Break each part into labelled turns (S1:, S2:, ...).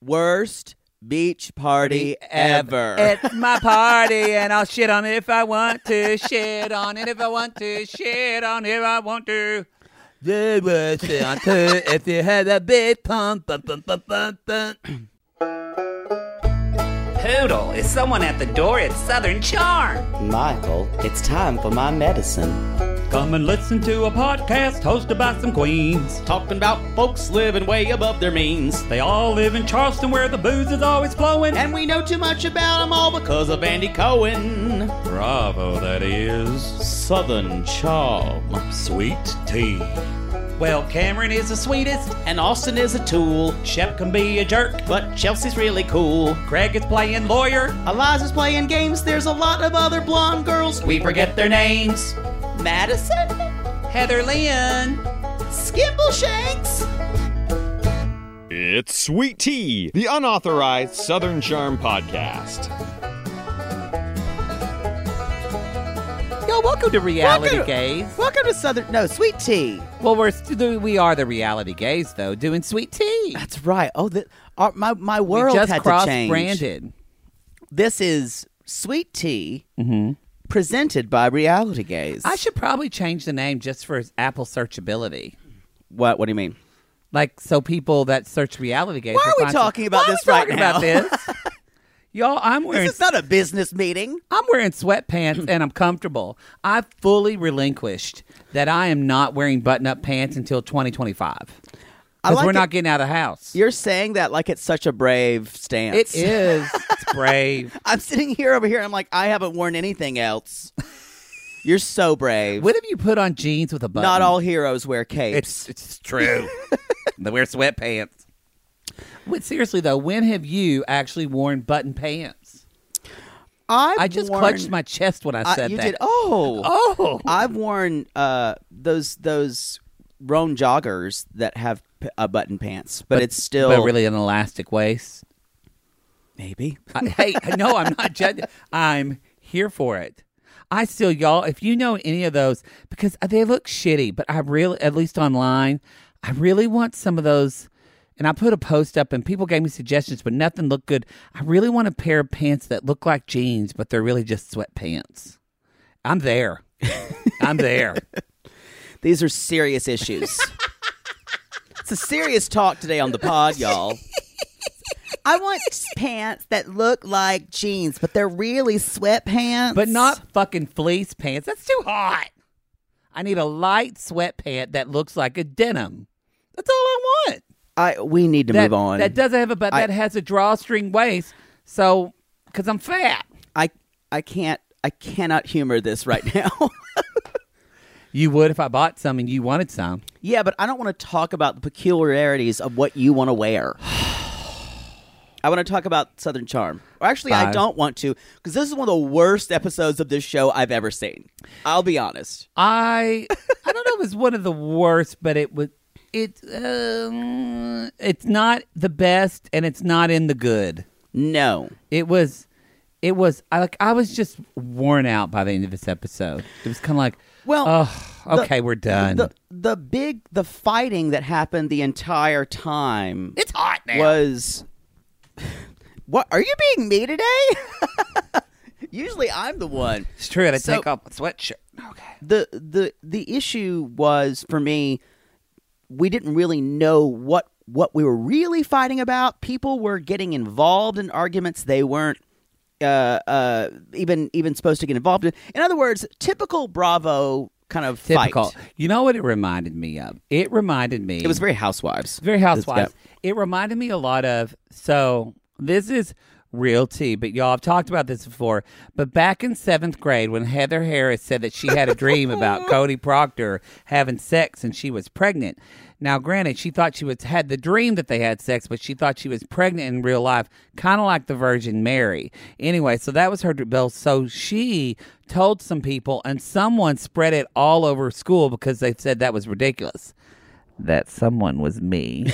S1: worst beach party ever.
S2: It's my party, and I'll shit on it if I want to. Shit on it if I want to. Shit on it if I want to. There was on if you had a big pump, pump, pump, pump, pump, pump.
S3: Poodle, is someone at the door? It's Southern Charm.
S4: Michael, it's time for my medicine.
S2: Come and listen to a podcast hosted by some queens.
S4: Talking about folks living way above their means.
S2: They all live in Charleston where the booze is always flowing.
S4: And we know too much about them all because of Andy Cohen.
S2: Bravo, that is.
S4: Southern charm.
S2: Sweet tea. Well, Cameron is the sweetest.
S4: And Austin is a tool,
S2: Shep can be a jerk.
S4: but Chelsea's really cool.
S2: Craig is playing lawyer.
S4: Eliza's playing games, there's a lot of other blonde girls. We forget their names. Madison?
S2: Heather Lynn.
S4: Skimbleshanks?
S5: It's Sweet Tea, the unauthorized Southern Charm podcast.
S4: Yo, welcome to Reality
S3: Welcome to-
S4: Gaze.
S3: Welcome to Southern. No, Sweet Tea.
S4: Well, we're st- we are the Reality Gaze, though, doing sweet tea.
S3: That's right. Oh, the, our, my my world
S4: we just
S3: had to change.
S4: cross-branded.
S3: This is Sweet Tea,
S4: Mm-hmm.
S3: presented by Reality Gaze.
S4: I should probably change the name just for Apple searchability.
S3: what? What do you mean?
S4: Like, so people that search Reality Gaze.
S3: Why are
S4: will
S3: we
S4: find-
S3: talking about
S4: Why are
S3: this
S4: we
S3: right
S4: talking
S3: now?
S4: about this? Y'all, I'm wearing
S3: This is not a business meeting.
S4: I'm wearing sweatpants and I'm comfortable. I fully relinquished that I am not wearing button-up pants until 2025
S3: I
S4: because
S3: like
S4: we're not
S3: it-
S4: getting out of the house.
S3: You're saying that like it's such a brave stance.
S4: It is it's brave.
S3: I'm sitting here over here. and I'm like, I haven't worn anything else. You're so brave.
S4: What have you put on jeans with a button?
S3: Not all heroes wear
S4: It's
S3: capes.
S4: it's true. they wear sweatpants. Wait, seriously though, when have you actually worn button pants?
S3: I've
S4: I just
S3: worn-
S4: clutched my chest when I
S3: I-
S4: said
S3: you
S4: that.
S3: did. Oh,
S4: Oh,
S3: I've worn uh, those those roan joggers that have p- uh, button pants, but, it's still
S4: but really an elastic waist.
S3: maybe.
S4: I, hey, no, I'm not judging. I'm here for it. I still, y'all, if you know any of those, because they look shitty, but I really, at least online, I really want some of those. And I put a post up, and people gave me suggestions, but nothing looked good. I really want a pair of pants that look like jeans, but they're really just sweatpants. I'm there. I'm there.
S3: These are serious issues. it's a serious talk today on the pod, y'all. I want pants that look like jeans, but they're really sweatpants.
S4: But not fucking fleece pants. That's too hot. I need a light sweatpant that looks like a denim. That's all I want.
S3: I. We need to
S4: that,
S3: move on.
S4: That doesn't have a butt.
S3: I-
S4: that has a drawstring waist. So, because I'm fat,
S3: I. I can't. I cannot humor this right now.
S4: you would if I bought some and you wanted some.
S3: yeah, but I don't want to talk about the peculiarities of what you want to wear. I want to talk about Southern Charm. Or actually, I
S4: Five.
S3: don't want to because this is one of the worst episodes of this show I've ever seen. I'll be honest.
S4: I I don't know. if It's one of the worst, but it was it. Um, it's not the best, and it's not in the good.
S3: No.
S4: It was. It was. I like. I was just worn out by the end of this episode. It was kind of like,
S3: Well,
S4: oh, okay, we're done.
S3: The the big the fighting that happened the entire time
S4: it's hot now.
S3: was What are you being me today? Usually I'm the one.
S4: it's true. I had to
S3: so-
S4: take off my sweatshirt. Okay.
S3: The the the issue was for me we didn't really know what what we were really fighting about. People were getting involved in arguments they weren't uh, uh, even even supposed to get involved in. In other words, typical Bravo kind of
S4: Typical.
S3: fight.
S4: You know what it reminded me of? It reminded me.
S3: It was very housewives.
S4: It's very housewives.
S3: It's-
S4: It reminded me a lot of so this is real tea, but y'all I've talked about this before. But back in seventh grade when Heather Harris said that she had a dream about Cody Proctor having sex and she was pregnant. Now granted, she thought she was had the dream that they had sex, but she thought she was pregnant in real life, kinda like the Virgin Mary. Anyway, so that was her bill. So she told some people and someone spread it all over school because they said that was ridiculous that someone was me.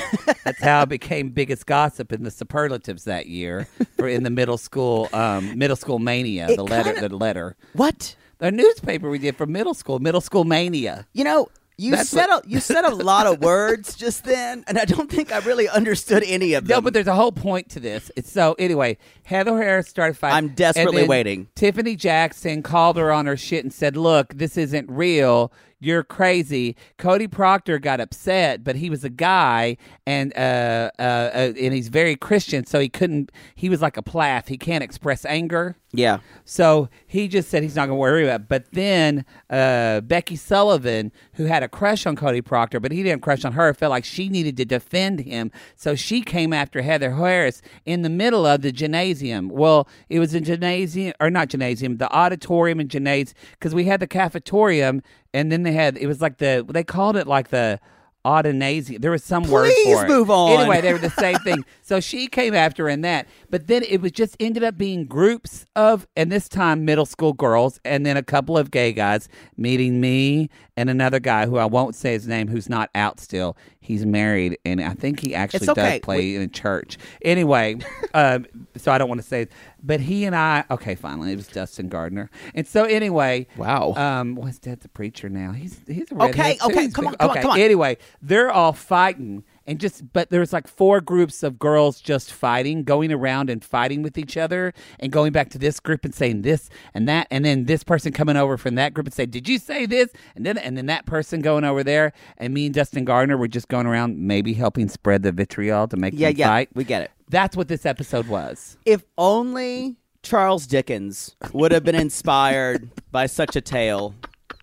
S4: That's how I became biggest gossip in the superlatives that year for in the middle school um, middle school mania. the letter, the letter,
S3: What?
S4: the newspaper we did for middle school, middle school mania.
S3: You know, You
S4: That's
S3: said a, you said a lot of words just then, and I don't think I really understood any of them.
S4: No, but there's a whole point to this. It's so anyway, Heather Harris started fighting.
S3: I'm
S4: and
S3: desperately
S4: then
S3: waiting.
S4: Tiffany Jackson called her on her shit and said, "Look, this isn't real. You're crazy." Cody Proctor got upset, but he was a guy, and uh, uh, uh and he's very Christian, so he couldn't. He was like a plath. He can't express anger.
S3: yeah,
S4: So he just said he's not going to worry about it. But then uh, Becky Sullivan, who had a crush on Cody Proctor, but he didn't crush on her, felt like she needed to defend him. So she came after Heather Harris in the middle of the gymnasium. Well, it was a gymnasium, or not gymnasium, the auditorium and gymnasium, because we had the cafetorium, and then they had, it was like the, they called it like the, Audinasium. There was some word
S3: Please
S4: for it.
S3: move on.
S4: Anyway, they were the same thing. So she came after in that, but then it was just ended up being groups of, and this time middle school girls, and then a couple of gay guys meeting me and another guy who I won't say his name, who's not out still. He's married, and I think he actually
S3: It's okay.
S4: does play in a church. Anyway, um, so I don't want to say, it. but he and I, okay, finally, it was Dustin Gardner, and so anyway,
S3: Wow.
S4: um, what's that? The preacher now. He's he's a
S3: Okay,
S4: redhead, too.
S3: okay,
S4: He's
S3: come
S4: big-
S3: on, come on,
S4: okay.
S3: come on.
S4: Anyway, they're all fighting and just but there's like four groups of girls just fighting, going around and fighting with each other and going back to this group and saying this and that and then this person coming over from that group and say, Did you say this? And then and then that person going over there and me and Dustin Gardner were just going around maybe helping spread the vitriol to make
S3: yeah,
S4: them
S3: yeah.
S4: fight.
S3: We get it.
S4: That's what this episode was.
S3: If only Charles Dickens would have been inspired by such a tale.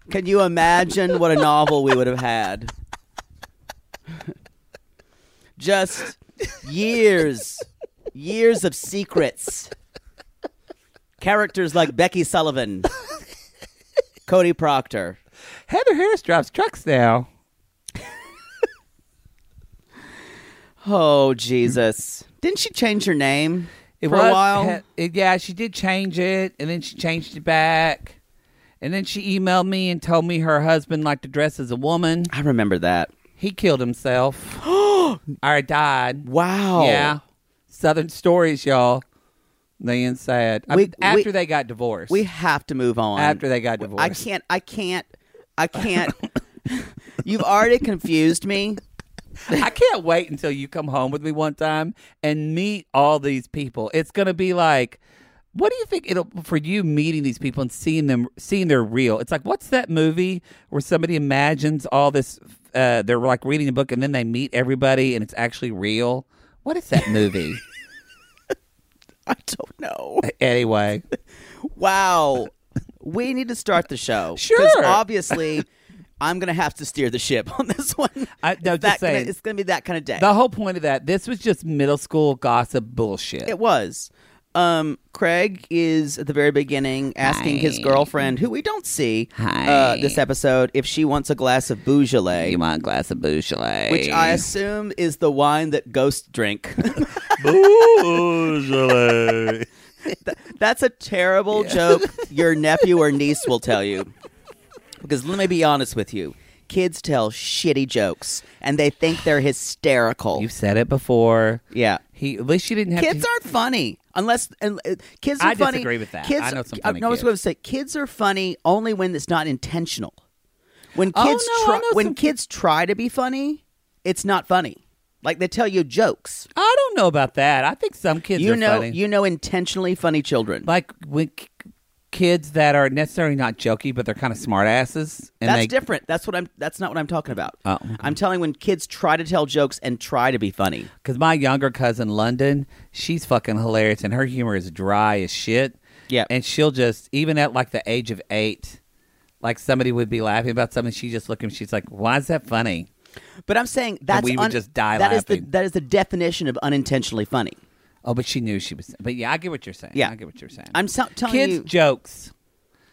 S3: Can you imagine what a novel we would have had? Just years, years of secrets. Characters like Becky Sullivan, Cody Proctor.
S4: Heather Harris drives trucks now.
S3: Oh Jesus! Didn't she change her name
S4: It
S3: for
S4: was,
S3: a while?
S4: he- it- yeah, she did change it, and then she changed it back. And then she emailed me and told me her husband liked to dress as a woman.
S3: I remember that.
S4: He killed himself. or died.
S3: Wow.
S4: Yeah. Southern stories, y'all. They ain't sad. I
S3: We-
S4: mean, after
S3: we-
S4: they got divorced.
S3: We have to move on
S4: after they got divorced.
S3: I can't. I can't. I can't. You've already confused me.
S4: I can't wait until you come home with me one time and meet all these people. It's gonna be like, what do you think it'll for you meeting these people and seeing them seeing their real? It's like what's that movie where somebody imagines all this? Uh, they're like reading a book and then they meet everybody and it's actually real. What is that movie?
S3: I don't know.
S4: anyway,
S3: Wow. We need to start the show. 'Cause
S4: Sure.
S3: Obviously, I'm gonna have to steer the ship on this one.
S4: I- no, just
S3: It's that
S4: saying.
S3: Gonna, it's gonna be that kind of day.
S4: the whole point of that this was just middle school gossip bullshit.
S3: It was. Um, Craig is at the very beginning asking his girlfriend, who we don't see uh, this episode, if she wants a glass of Beaujolais,
S4: you want a glass of Beaujolais?
S3: which I assume is the wine that ghosts drink.
S2: Beaujolais.
S3: That's a terrible joke your nephew or niece will tell you. Because let me be honest with you. Kids tell shitty jokes and they think they're hysterical.
S4: You've said it before.
S3: yeah.
S4: He at least you didn't have
S3: Kids
S4: to,
S3: aren't funny unless and uh, kids are
S4: I
S3: funny.
S4: disagree with that.
S3: Kids,
S4: I know some
S3: I
S4: funny
S3: know what I was
S4: kids.
S3: going to say. Kids are funny only when it's not intentional. When
S4: Oh,
S3: kids
S4: no, I
S3: try,
S4: know
S3: when
S4: some-
S3: kids try to be funny, it's not funny. Like they tell you jokes.
S4: I don't know about that. I think some kids
S3: you
S4: are
S3: know,
S4: funny.
S3: you know, intentionally funny children.
S4: like when k- kids that are necessarily not jokey, but they're kind of smartasses. and
S3: that's
S4: they,
S3: different. That's what I'm. That's not what I'm talking about.
S4: Oh, okay.
S3: I'm telling when kids try to tell jokes and try to be funny.
S4: Because my younger cousin London, she's fucking hilarious, and her humor is dry as shit.
S3: Yeah.
S4: and she'll just even at like the age of eight, like somebody would be laughing about something, she just look at me, she's like, "Why is that funny?"
S3: But I'm saying that's
S4: we would just die
S3: That is the
S4: laughing.
S3: that is the definition of unintentionally funny.
S4: Oh, but she knew she was. But yeah, I get what you're saying.
S3: Yeah.
S4: I get what you're saying.
S3: I'm so- telling
S4: kids
S3: you.
S4: jokes.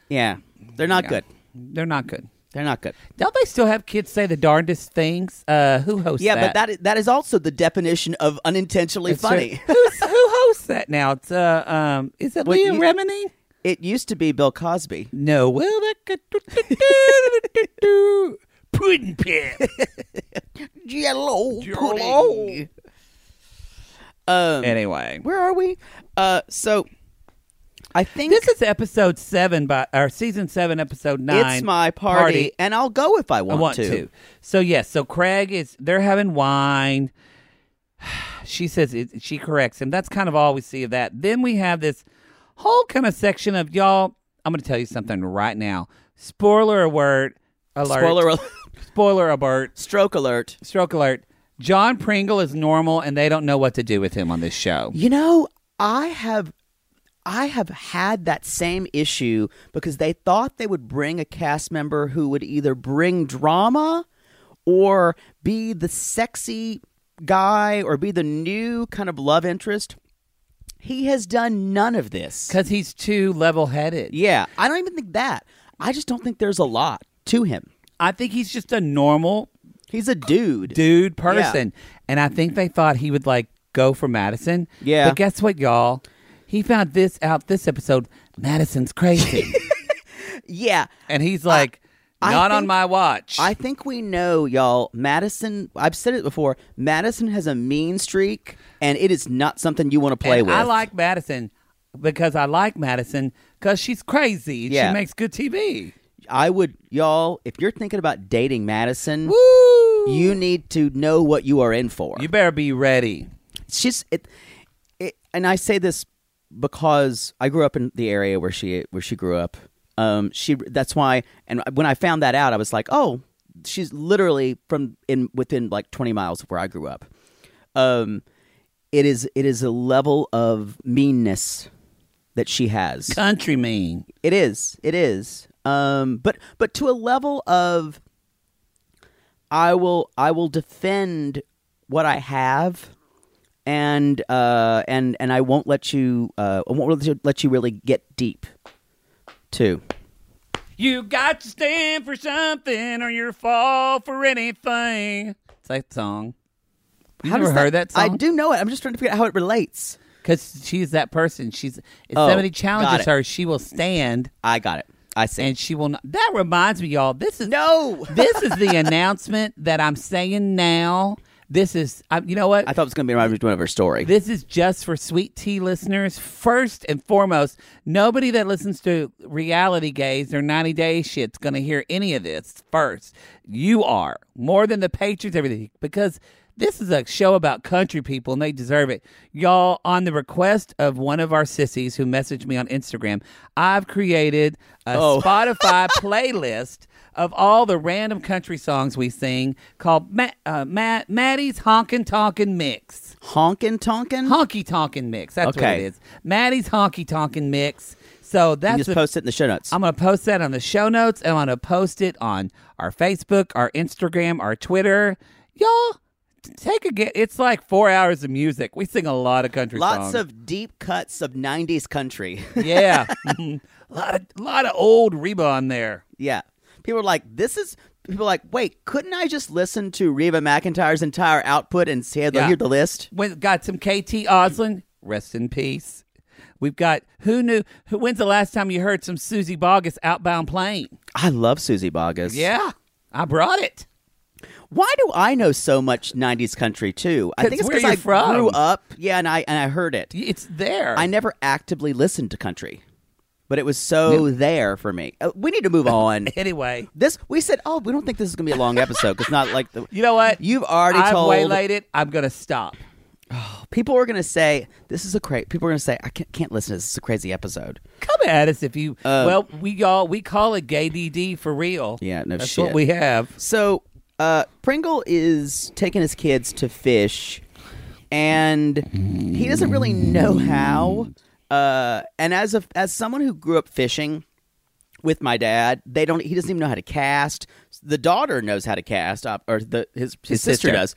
S3: yeah, they're not
S4: Yeah.
S3: good.
S4: They're not good.
S3: They're not good.
S4: Don't they still have kids say the darndest things? Uh, who hosts
S3: Yeah,
S4: that?
S3: but that is, that is also the definition of unintentionally
S4: It's
S3: funny.
S4: true. Who's, who hosts that now? It's uh, um, is it
S3: Well,
S4: Leah
S3: you-
S4: Remini?
S3: it used to be Bill Cosby.
S4: No, well that could pudding pit.
S3: Yellow
S4: pudding.
S3: Um,
S4: Anyway,
S3: where are we? Uh, so I think
S4: This is episode seven, by or season seven, episode nine.
S3: it's my party, and I'll go if I want,
S4: I want to. So yes, so Craig is they're having wine. she says it, she corrects him. That's kind of all we see of that. Then we have this whole kind of section of y'all. I'm going to tell you something right now. Spoiler alert! Alert!
S3: Spoiler alert.
S4: Spoiler alert!
S3: Stroke alert.
S4: Stroke alert! John Pringle is normal, and they don't know what to do with him on this show.
S3: You know, I have I have had that same issue because they thought they would bring a cast member who would either bring drama or be the sexy guy or be the new kind of love interest. He has done none of this.
S4: Because he's too level headed.
S3: Yeah, I don't even think that. I just don't think there's a lot to him.
S4: I think he's just a normal
S3: He's a dude.
S4: dude person. And I think they thought he would like go for Madison.
S3: Yeah.
S4: But guess what, y'all? He found this out this episode. Madison's crazy.
S3: Yeah.
S4: and he's like,
S3: I
S4: not on
S3: think-
S4: my watch.
S3: I think we know, y'all. Madison, I've said it before. Madison has a mean streak, and it is not something you want to play
S4: And
S3: with.
S4: I like Madison because I like Madison because she's crazy. and
S3: Yeah.
S4: She makes good TV.
S3: I would, y'all. If you're thinking about dating Madison,
S4: Woo!
S3: you need to know what you are in for.
S4: You better be ready.
S3: it's just it, it, and I say this because I grew up in the area where she where she grew up. Um, she that's why, and when I found that out, I was like, oh, she's literally from in within like 20 miles of where I grew up. Um, it is it is a level of meanness that she has.
S4: Country mean.
S3: It is. It is. Um, but but to a level of, I will I will defend what I have, and uh, and and I won't let you uh, I won't let you, let you really get deep, too.
S4: You got to stand for something or you fall for anything. It's that song. You
S3: How
S4: never
S3: does
S4: heard that, song?
S3: I do know it. I'm just trying to figure out how it relates.
S4: because she's that person. She's if
S3: Oh,
S4: somebody
S3: got
S4: challenges
S3: it.
S4: her, she will stand
S3: I got it. I see.
S4: and she will not. That reminds me, y'all. This is
S3: no,
S4: this is the announcement that I'm saying now. This is I, you know what
S3: I thought it was going to be my one of her story.
S4: this is just for sweet tea listeners. First and foremost, nobody that listens to reality gays or 90 day shit's going to hear any of this first. You are more than the patrons, everything, because this is a show about country people and they deserve it. Y'all, on the request of one of our sissies who messaged me on Instagram, I've created a Spotify playlist of all the random country songs we sing called Ma- uh, Ma- Maddie's Honkin' Tonkin' Mix.
S3: Honkin' Tonkin.
S4: Honky Tonkin' Mix. That's what
S3: Okay.
S4: it is. Maddie's Honky Tonkin' Mix. So
S3: You
S4: that's
S3: just
S4: the-
S3: post it in the show notes.
S4: I'm going to post that on the show notes. I'm going to post it on our Facebook, our Instagram, our Twitter. Y'all, t- take a get. It's like four hours of music. We sing a lot of country
S3: Lots
S4: songs.
S3: of deep cuts of '90s country.
S4: yeah, a lot of lot of old Reba on there.
S3: Yeah. People are like, this is. People are like, wait, couldn't I just listen to Reba McIntyre's entire output and see,
S4: Yeah.
S3: hear the list?
S4: When got some KT Oslin. Rest in peace. We've got who knew. Who, when's the last time you heard some Susie Boggess outbound plane?
S3: I love Susie Boggess.
S4: Yeah, I brought it.
S3: Why do I know so much '90s country too? I
S4: 'Cause
S3: think it's
S4: where
S3: because I
S4: you're from.
S3: grew up. Yeah, and I and I heard it.
S4: It's there.
S3: I never actively listened to country, but it was so there for me. Uh, we need to move on.
S4: Anyway,
S3: this we said. Oh, we don't think this is gonna be a long episode. 'cause It's not like the.
S4: you know what?
S3: You've already
S4: I've
S3: told
S4: waylaid. I'm gonna stop.
S3: people are gonna say this is a crazy. People are gonna say I can't, can't listen to this. This is a crazy episode.
S4: Come at us if you. well, we y'all we call it gay DD for real.
S3: Uh, Yeah, no
S4: That's
S3: shit.
S4: what we have.
S3: So uh, Pringle is taking his kids to fish, and he doesn't really know how. Uh, and as a as someone who grew up fishing with my dad, they don't. He doesn't even know how to cast. The daughter knows how to cast, uh, or the his his, sister.
S4: sister.
S3: does.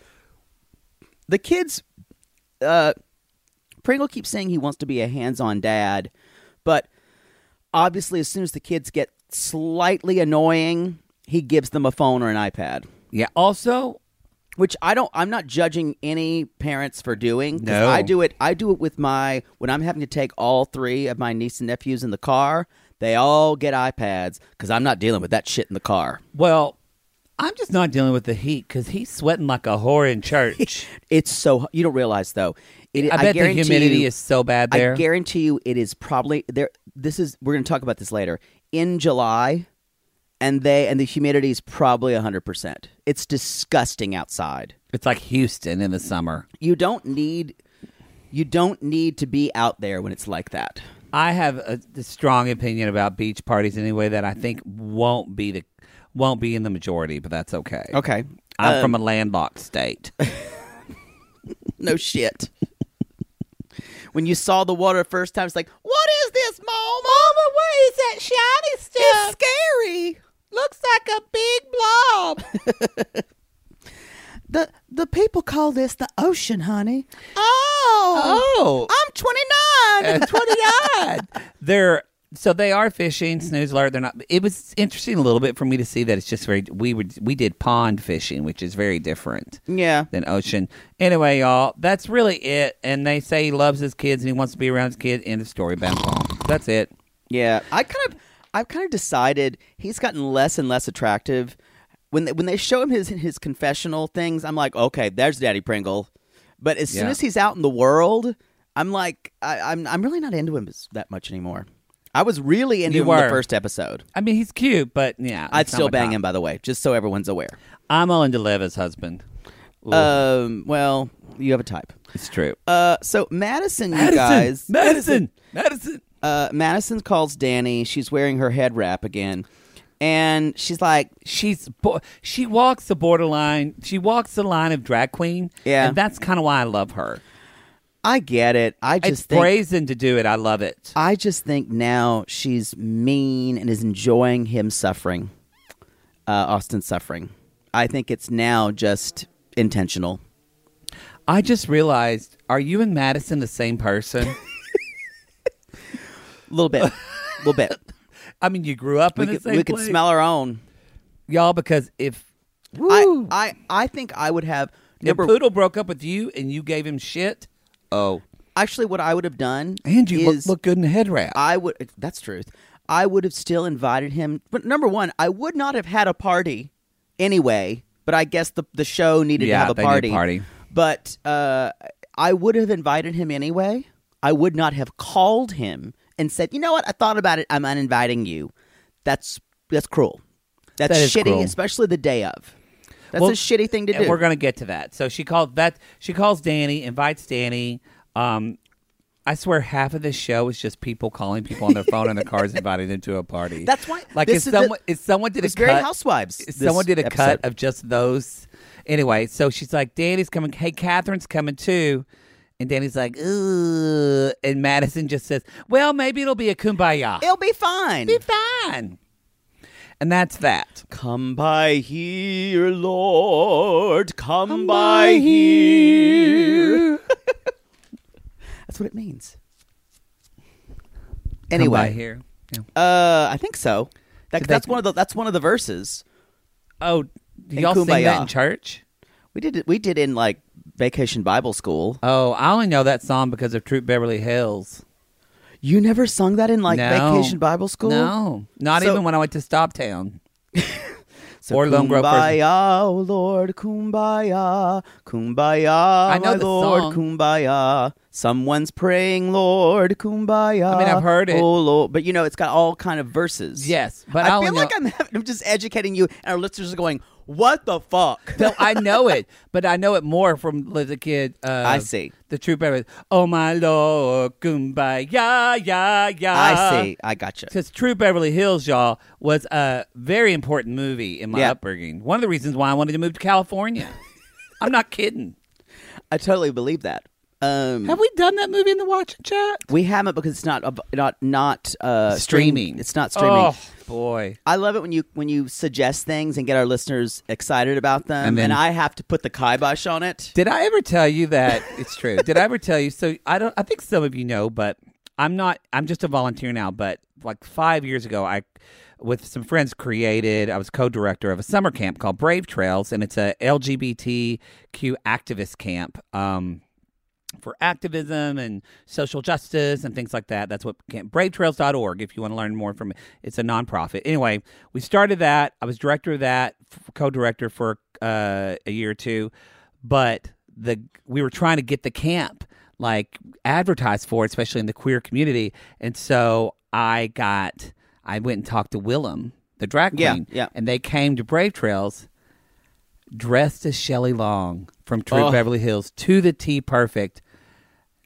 S3: The kids. Uh, Pringle keeps saying he wants to be a hands-on dad, but obviously, as soon as the kids get slightly annoying, he gives them a phone or an iPad.
S4: Yeah. Also,
S3: Which I don't. I'm not judging any parents for doing. 'cause
S4: No.
S3: I do it. I do it with my when I'm having to take all three of my niece and nephews in the car. They all get iPads because I'm not dealing with that shit in the car.
S4: well, I'm just not dealing with the heat because he's sweating like a whore in church.
S3: It's so you don't realize though. It,
S4: I bet the
S3: guarantee
S4: humidity
S3: you-
S4: is so bad there.
S3: I guarantee you, it is probably there. This is we're going to talk about this later in July, and they and the humidity is probably hundred percent. It's disgusting outside.
S4: it's like Houston in the summer.
S3: You don't need, you don't need to be out there when it's like that.
S4: I have a, a strong opinion about beach parties anyway that I think won't be the won't be in the majority, but that's okay.
S3: Okay, um,
S4: I'm from a landlocked state.
S3: no shit. when you saw the water first time, it's like, what is this, mama? Mama, what is that shiny stuff? It's scary. Looks like a big blob. the the people call this the ocean, honey. Oh,
S4: Oh,
S3: I'm 29.
S4: at 29. They're so they are fishing. Snooze alert. They're not. It was interesting a little bit for me to see that it's just very. We were we did pond fishing, which is very different
S3: yeah.
S4: than ocean. Anyway, y'all, that's really it. And they say he loves his kids and he wants to be around his kids. End of story. Bam, boom. That's it.
S3: Yeah, I kind of, I've kind of decided he's gotten less and less attractive. When they, when they show him his his confessional things, I'm like, okay, there's Daddy Pringle. But as soon
S4: Yeah.
S3: as he's out in the world, I'm like, I, I'm I'm really not into him as- that much anymore. I was really into
S4: You
S3: him in the
S4: were.
S3: first episode.
S4: I mean, he's cute, but yeah,
S3: I'd
S4: it's not
S3: still
S4: my
S3: bang
S4: type.
S3: him, by the way, just so everyone's aware.
S4: I'm all into Leva's husband. Ooh,
S3: Um, well, you have a type.
S4: it's true.
S3: Uh, so Madison, you
S4: Madison,
S3: guys,
S4: Madison, Madison.
S3: uh, Madison calls Danny. She's wearing her head wrap again, and she's like,
S4: she's bo- she walks the borderline. She walks the line of drag queen.
S3: Yeah.
S4: and that's kind of why I love her.
S3: I get it. I
S4: It's
S3: just think
S4: brazen to do it. I love it.
S3: I just think now she's mean and is enjoying him suffering, uh, Austin's suffering. I think it's now just intentional.
S4: I just realized: Are you and Madison the same person?
S3: A little bit, a little bit.
S4: I mean, you grew up
S3: we
S4: in the
S3: could,
S4: same
S3: we could
S4: place,
S3: smell our own.
S4: y'all. Because if
S3: I, I, I think I would have
S4: if
S3: number.
S4: Poodle broke up with you and you gave him shit, oh,
S3: Actually, what I would have done
S4: and you look,
S3: is
S4: look good in a head wrap.
S3: I would. That's truth. I would have still invited him. But number one, I would not have had a party anyway. But I guess the the show needed
S4: Yeah,
S3: to have
S4: they
S3: a
S4: need a
S3: party.
S4: party.
S3: But uh, I would have invited him anyway. I would not have called him and said, "You know what? I thought about it. I'm uninviting you." That's that's cruel. That's
S4: That is
S3: shitty,
S4: cruel.
S3: especially the day of. That's
S4: Well,
S3: a shitty thing to
S4: and
S3: do.
S4: We're gonna get to that. So she called that. She calls Danny, invites Danny. Um, I swear, half of this show is just people calling people on their phone in their cars, inviting them to a party.
S3: That's why-
S4: Like if
S3: this is the-
S4: someone if someone did
S3: it's
S4: a
S3: very
S4: cut,
S3: Housewives,
S4: if someone
S3: this
S4: did a
S3: episode.
S4: cut of just those. Anyway, so she's like, Danny's coming. Hey, Catherine's coming too. And Danny's like, Ugh. and Madison just says, "Well, maybe it'll be a kumbaya.
S3: It'll be fine.
S4: be fine." And that's that.
S3: Come by here, Lord. Come, by here. That's what it means.
S4: Come by
S3: Anyway,
S4: here. Yeah.
S3: uh, I think so. That,
S4: Did they-
S3: that's one of the that's one of the verses
S4: Oh, do y'all sing that
S3: Kumbaya.
S4: in church?
S3: we did. It, we did in like Vacation Bible School.
S4: Oh, I only know that song because of Troop Beverly Hills.
S3: You never sung that in like
S4: No.
S3: Vacation Bible School.
S4: No, not
S3: So-
S4: even when I went to Stopptown.
S3: So
S4: Or Lone Grove
S3: Kumbaya, oh Lord, Kumbaya, Kumbaya, I
S4: know
S3: my
S4: the
S3: Lord,
S4: song.
S3: Kumbaya. Someone's praying, Lord, Kumbaya.
S4: I mean, I've heard it.
S3: Oh Lord, but you know, it's got all kind of verses.
S4: Yes, but I
S3: I,
S4: only
S3: feel like
S4: know-
S3: I'm, having, I'm just educating you, and our listeners are going, "What the fuck?"
S4: No, I know it, but I know it more from as a kid. Uh,
S3: I see.
S4: the Troop Beverly. Oh my Lord, kumbaya, ya, ya.
S3: I see. I gotcha.
S4: Because True Beverly Hills, y'all, was a very important movie in my
S3: Yeah.
S4: upbringing. One of the reasons why I wanted to move to California. I'm not kidding.
S3: I totally believe that. Um,
S4: Have we done that movie in the Watch and Chat?
S3: we haven't because it's not ab- not not uh, stream-
S4: Streaming.
S3: It's not streaming.
S4: Oh boy.
S3: I love it when you when you suggest things and get our listeners excited about them,
S4: And then-
S3: and, I have to put the kibosh on it.
S4: Did I ever tell you that it's true? Did I ever tell you? So I don't. I think some of you know, but I'm not. I'm just a volunteer now. But like five years ago, I with some friends created. I was co-director of a summer camp called Brave Trails, and it's a LGBTQ activist camp. Um, for activism and social justice and things like that. That's what camp, bravetrails.org if you want to learn more from it. It's a nonprofit. Anyway, we started that. I was director of that, f- co-director for uh, a year or two, but the we were trying to get the camp like advertised for, especially in the queer community. And so I got, I went and talked to Willem, the drag
S3: Yeah,
S4: queen,
S3: yeah.
S4: and they came to Brave Trails dressed as Shelley Long from True
S3: Oh.
S4: Beverly Hills to the T perfect.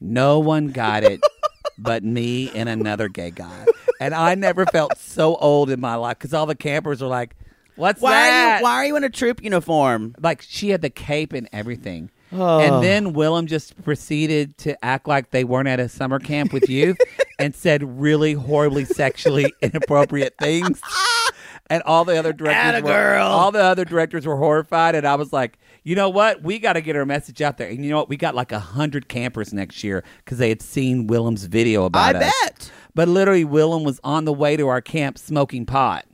S4: No one got it but me and another gay guy. And I never felt so old in my life because all the campers were like, What's
S3: Why
S4: that?
S3: are you? Why are you in a troop uniform?
S4: like she had the cape and everything.
S3: Oh.
S4: And then Willem just proceeded to act like they weren't at a summer camp with youth and said really horribly sexually inappropriate things. And all the other directors were
S3: Attagirl.
S4: all the other directors were horrified and I was like, you know what? We gotta get our message out there. And you know what? We got like a hundred campers next year because they had seen Willem's video about
S3: I
S4: us.
S3: bet.
S4: But literally, Willem was on the way to our camp smoking pot.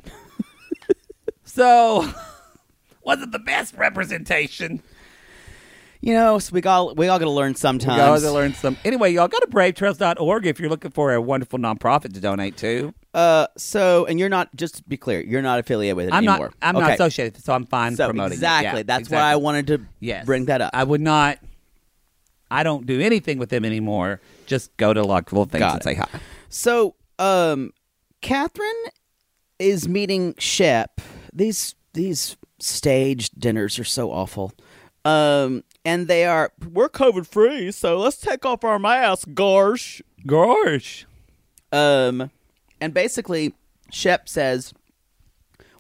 S4: so, wasn't the best representation.
S3: You know, so we all we all got to learn
S4: You all
S3: sometimes.
S4: learned some. Anyway, y'all go to bravetrails.org if you're looking for a wonderful nonprofit to donate to.
S3: Uh, so and you're not. Just to be clear, you're not affiliated with it
S4: I'm
S3: anymore.
S4: not. I'm
S3: okay.
S4: not associated, so I'm fine
S3: So
S4: promoting. it. Yeah,
S3: exactly. That's
S4: exactly.
S3: why I wanted to
S4: Yes.
S3: bring that up.
S4: I would not. I don't do anything with them anymore. Just go to Lockville Things
S3: Got
S4: and
S3: it.
S4: say hi.
S3: So, um, Catherine is meeting Shep. These these staged dinners are so awful. Um, and they are we're COVID free, so let's take off our masks, gosh.
S4: Gosh.
S3: Um, and basically, Shep says,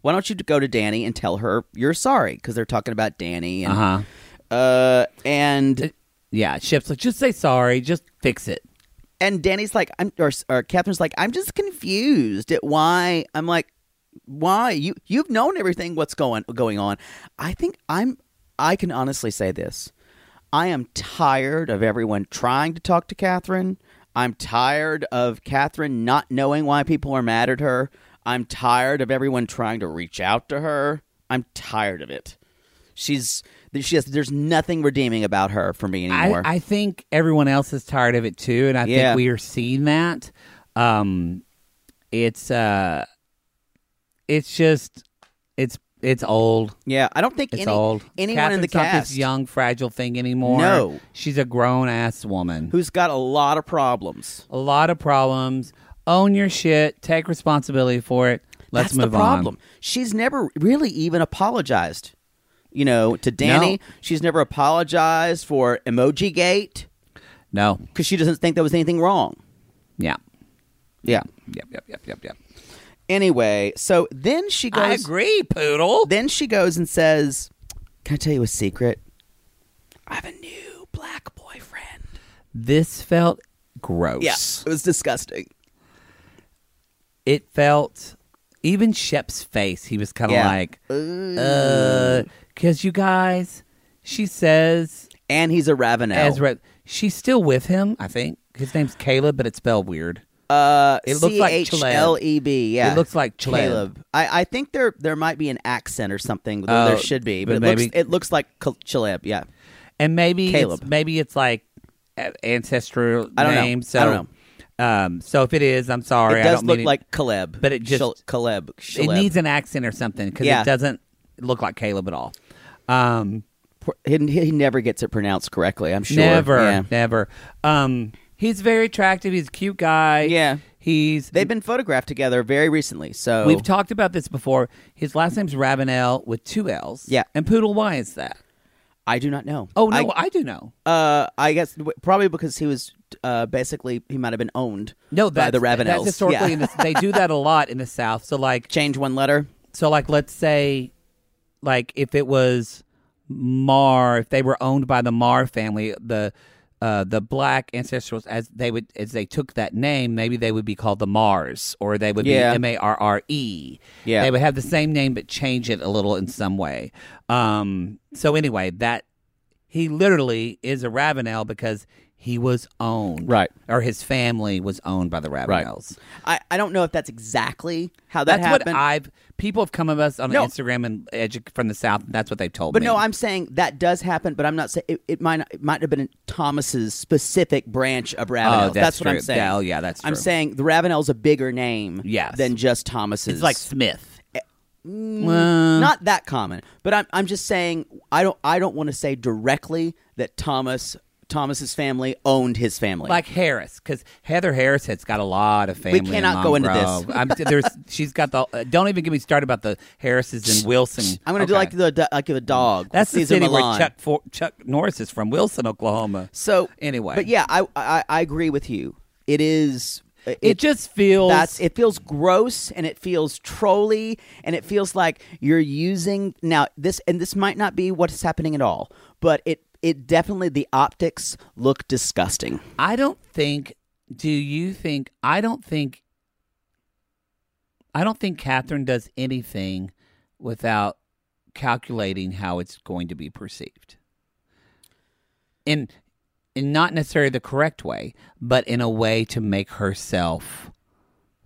S3: "Why don't you go to Danny and tell her you're sorry?" Because they're talking about Danny
S4: Uh
S3: and
S4: huh.
S3: uh, and
S4: Yeah. Ship's like, just say sorry. Just fix it.
S3: and Danny's like, I'm, or, or Catherine's like, I'm just confused at why. I'm like, why you you've known everything what's going going on. I think I'm. I can honestly say this. I am tired of everyone trying to talk to Catherine. I'm tired of Catherine not knowing why people are mad at her. I'm tired of everyone trying to reach out to her. I'm tired of it. She's she has there's nothing redeeming about her for me
S4: I,
S3: anymore.
S4: I think everyone else is tired of it too, and I
S3: Yeah.
S4: think we are seeing that. Um, it's uh, it's just it's it's old.
S3: yeah, I don't think
S4: It's
S3: any,
S4: old.
S3: anyone in the
S4: Catherine's not
S3: cast
S4: this young fragile thing anymore.
S3: No.
S4: she's a grown ass woman.
S3: who's got a lot of problems.
S4: a lot of problems. Own your shit. Take responsibility for it. Let's
S3: That's
S4: move
S3: the problem.
S4: on.
S3: She's never really even apologized. You know, to Danny, she's never apologized for Emoji Gate
S4: No.
S3: because she doesn't think there was anything wrong.
S4: Yeah.
S3: Yeah.
S4: Yep. Yep. Yep. Yep. Yep.
S3: Anyway, so then she goes.
S4: I agree, poodle.
S3: Then she goes and says, "Can I tell you a secret? I have a new black boyfriend."
S4: This felt gross.
S3: Yes, it was disgusting.
S4: it felt even Shep's face, he was kind of
S3: Yeah.
S4: like, uh, because you guys, she says,
S3: And he's a Ravenel.
S4: Ezra, she's still with him, I think. His name's Caleb, but it's spelled weird.
S3: Uh,
S4: It looks like Chleb.
S3: C-H-L-E-B, E Yeah,
S4: It looks like Chleb.
S3: Caleb. I, I think there there might be an accent or something. There-
S4: Oh,
S3: there should be, but,
S4: but
S3: it, looks,
S4: maybe-
S3: it looks like Cal- Caleb. Yeah,
S4: And maybe
S3: Caleb.
S4: It's, maybe it's like a- ancestral
S3: I don't know.
S4: name. So,
S3: I don't
S4: Um, so if it is, I'm sorry. I
S3: it does
S4: don't
S3: look
S4: mean
S3: like Caleb,
S4: but it just-
S3: Shal- Caleb.
S4: it, it
S3: Shaleb.
S4: needs an accent or something because
S3: Yeah.
S4: it doesn't look like Caleb at all. Um,
S3: He, he never gets it pronounced correctly. I'm sure.
S4: Never,
S3: Yeah.
S4: never. Um, he's very attractive. He's a cute guy.
S3: Yeah.
S4: he's.
S3: They've been photographed together very recently, so
S4: We've talked about this before. His last name's Ravenel with two L's.
S3: Yeah.
S4: and Poodle. Why is that?
S3: I do not know.
S4: Oh no, I, do know.
S3: I, uh, I guess w- probably because he was uh, basically he might have been owned.
S4: No,
S3: by
S4: that's
S3: the Ravenels.
S4: That's historically
S3: yeah.
S4: in the, they do that a lot in the South. So like,
S3: change one letter.
S4: so like, let's say, like if it was Mar, if they were owned by the Mar family, the. Uh, the black ancestrals, as they would, as they took that name, maybe they would be called the Mars, or they would
S3: Yeah.
S4: be M A R R E.
S3: Yeah.
S4: They would have the same name but change it a little in some way. Um, so anyway, that he literally is a Ravenel because he was owned.
S3: Right.
S4: Or his family was owned by the Ravenels.
S3: I, I don't know if that's exactly how that
S4: That's
S3: happened.
S4: what I've people have come of us on
S3: No.
S4: Instagram and edu- from the South, and that's what they've told
S3: But
S4: me.
S3: no, I'm saying that does happen. But I'm not saying it, it might not, it might have been Thomas's specific branch of Ravenel.
S4: Oh, that's
S3: what I'm
S4: true.
S3: saying.
S4: Yeah, oh, yeah, that's
S3: I'm
S4: true.
S3: saying the Ravenel's a bigger name
S4: Yes.
S3: than just Thomas's.
S4: it's like uh. Smith.
S3: not that common. But I'm I'm just saying I don't I don't want to say directly that Thomas Thomas's family owned his family.
S4: Like Harris, because Heather Harris has got a lot of family. in
S3: cannot go into this.
S4: Monroe. I'm, there's, she's got the. uh, don't even get me started about the Harrises and Wilson.
S3: I'm going to do
S4: Okay.
S3: like the do- like of a dog.
S4: That's the
S3: Caesar
S4: city
S3: Milan.
S4: where Chuck For- Chuck Norris is from, Wilson, Oklahoma.
S3: So
S4: Anyway.
S3: but yeah, I I, I agree with you. It is. It,
S4: It just feels
S3: that's it feels gross and it feels trolly and it feels like you're using now this and this might not be what is happening at all, but it it definitely the optics look disgusting.
S4: I don't think. Do you think? I don't think. I don't think Catherine does anything without calculating how it's going to be perceived. In, in not necessarily the correct way, but in a way to make herself,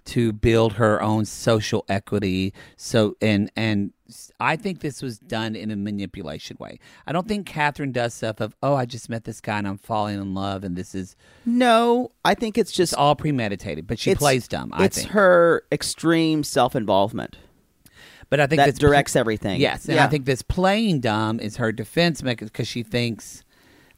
S4: to build her own social equity. So and and s- I think this was done in a manipulation way. I don't think Catherine does stuff of oh I just met this guy and I'm falling in love and this is
S3: No, I think it's just
S4: it's all premeditated, but she
S3: it's-
S4: plays dumb. I
S3: it's
S4: think,
S3: her extreme self involvement
S4: but I think
S3: that
S4: this
S3: directs everything.
S4: Yes, and I
S3: Yeah.
S4: think this playing dumb is her defense mechanism because she thinks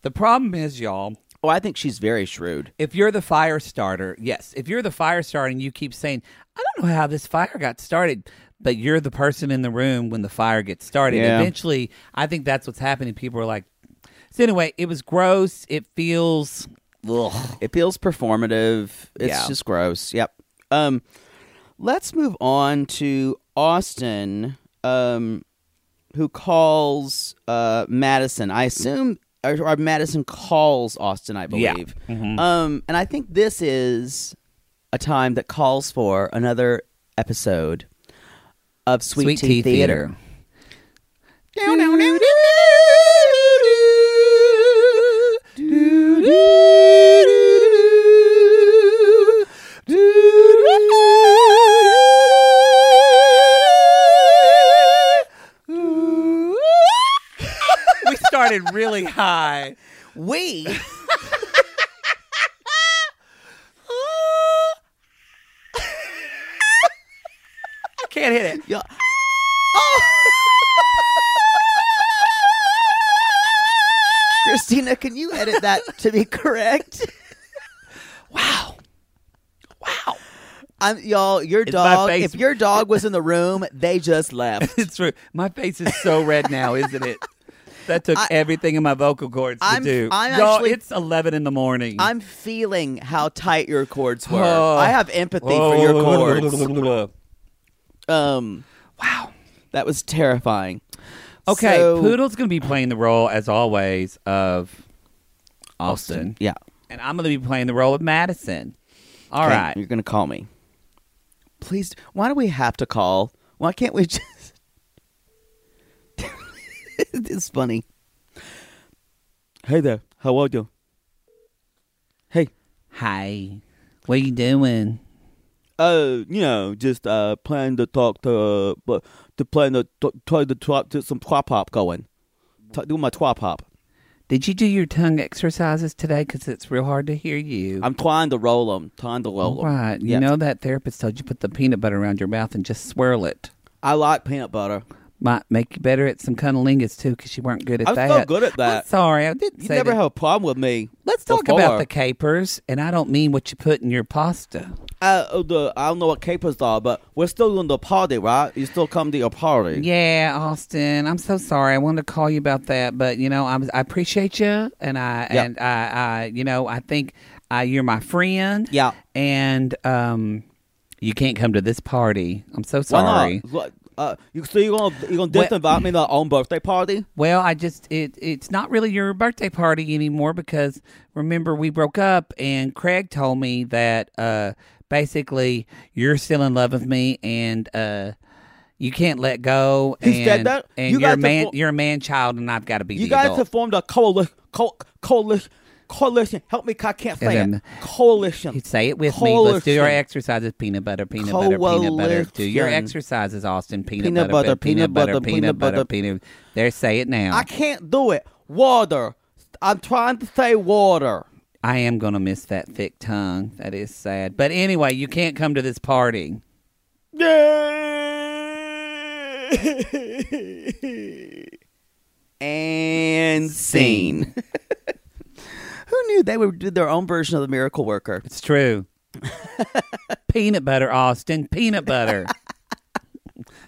S4: the problem is, y'all.
S3: Oh, I think she's very shrewd.
S4: If you're the fire starter, yes. If you're the fire starter and you keep saying, "I don't know how this fire got started," but you're the person in the room when the fire gets started.
S3: Yeah.
S4: Eventually, I think that's what's happening. People are like, "So anyway, it was gross. It feels." Ugh.
S3: It feels performative. It's
S4: Yeah.
S3: just gross. Yep. Um, let's move on to Austin, um, who calls uh, Madison. I assume, or, or Madison calls Austin, I
S4: Yeah.
S3: believe. Um, and I think this is a time that calls for another episode of Sweet, Tea, Theater.
S4: We started really high.
S3: We
S4: I can't hit it.
S3: Y'all- Christina, can you edit that to be correct?
S4: Wow.
S3: I'm, y'all, your
S4: my
S3: dog.
S4: face.
S3: If your dog was in the room, they just left.
S4: It's true. My face is so red now, isn't it? That took everything in my vocal cords to
S3: I'm-
S4: do.
S3: I'm
S4: Y'all,
S3: actually-
S4: it's 11 in the morning.
S3: I'm feeling how tight your cords were.
S4: Oh.
S3: I have empathy for your cords. Um,
S4: Wow.
S3: that was terrifying.
S4: Okay,
S3: So-
S4: Poodle's going to be playing the role, as always, of Austin.
S3: Yeah.
S4: And I'm going to be playing the role of Madison. All
S3: Okay,
S4: right.
S3: You're gonna call me. Please. Why do we have to call? Why can't we just? it's funny. Hey there. How are you? Hey.
S4: Hi. What you doing?
S1: Uh, you know, just uh, plan to talk to, but to plan to to- try to try to some twap pop going. T- do my twap pop.
S4: Did you do your tongue exercises today? Because it's real hard to hear you.
S1: I'm trying to roll them. Trying to roll them.
S4: right. You
S1: Yes.
S4: know that therapist told you put the peanut butter around your mouth and just swirl it.
S1: I like peanut butter.
S4: Might make you better at some cunnilingus too, because you weren't good at
S1: I'm
S4: that.
S1: so good at that.
S4: I'm sorry, I didn't
S1: You
S4: say
S1: never
S4: that.
S1: have a problem with me.
S4: Let's talk
S1: before.
S4: about the capers, and I don't mean what you put in your pasta.
S1: Uh, oh, the I don't know what capers are, but we're still in the party, right? You still come to your party.
S4: Yeah, Austin, I'm so sorry. I wanted to call you about that, but you know, I, was, I appreciate you, and I
S1: Yeah.
S4: and I, I, you know, I think uh, you're my friend.
S1: Yeah.
S4: and um, you can't come to this party. I'm so
S1: Why
S4: sorry.
S1: not? What- Uh, you so you gonna you gonna disinvite me to our own birthday party?
S4: Well, I just it it's not really your birthday party anymore because remember we broke up and Craig told me that uh basically you're still in love with me and uh you can't let go and,
S1: He said that?
S4: and
S1: You
S4: you are a
S1: guys
S4: man
S1: have fo-
S4: you're a man child and I've got to be
S1: You
S4: the
S1: guys
S4: adult.
S1: have formed a coalition. Co- coalition. Coalition. Help me. I can't say
S4: And
S1: it.
S4: then-
S1: Coalition.
S4: You say it with me. Let's do your
S1: Coalition.
S4: exercises. Peanut butter, peanut butter, peanut butter. Do your
S1: Coalition.
S4: exercises, Austin. Peanut,
S1: Peanut
S4: butter,
S1: butter,
S4: peanut butter, peanut butter,
S1: butter.
S4: peanut. There, say it now.
S1: I can't do it. Water. I'm trying to say water.
S4: I am going to miss that thick tongue. That is sad. But anyway, you can't come to this party.
S3: And scene. knew they would do their own version of the miracle worker?
S4: It's true. peanut butter, Austin. Peanut butter.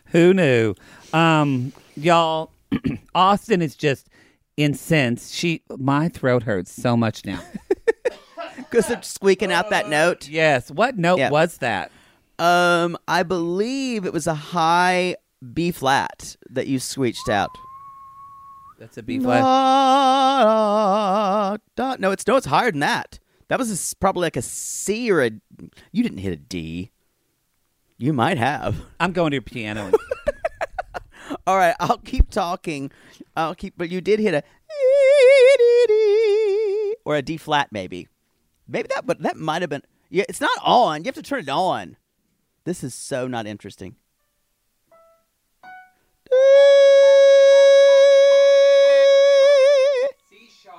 S4: Who knew? Um, y'all, Austin is just incensed. She, my throat hurts so much now.
S3: Because they're squeaking out that note.
S4: yes. What note
S3: Yeah.
S4: was that?
S3: Um, I believe it was a high B flat that you screeched out.
S4: That's a B flat.
S3: Da, da. No, it's no, it's higher than that. That was a s probably like a C or a. You didn't hit a D. You might have.
S4: I'm going to your piano.
S3: All right, I'll keep talking. I'll keep, but you did hit a or a D flat, maybe. Maybe that, but that might have been. Yeah, it's not on. You have to turn it on. This is so not interesting.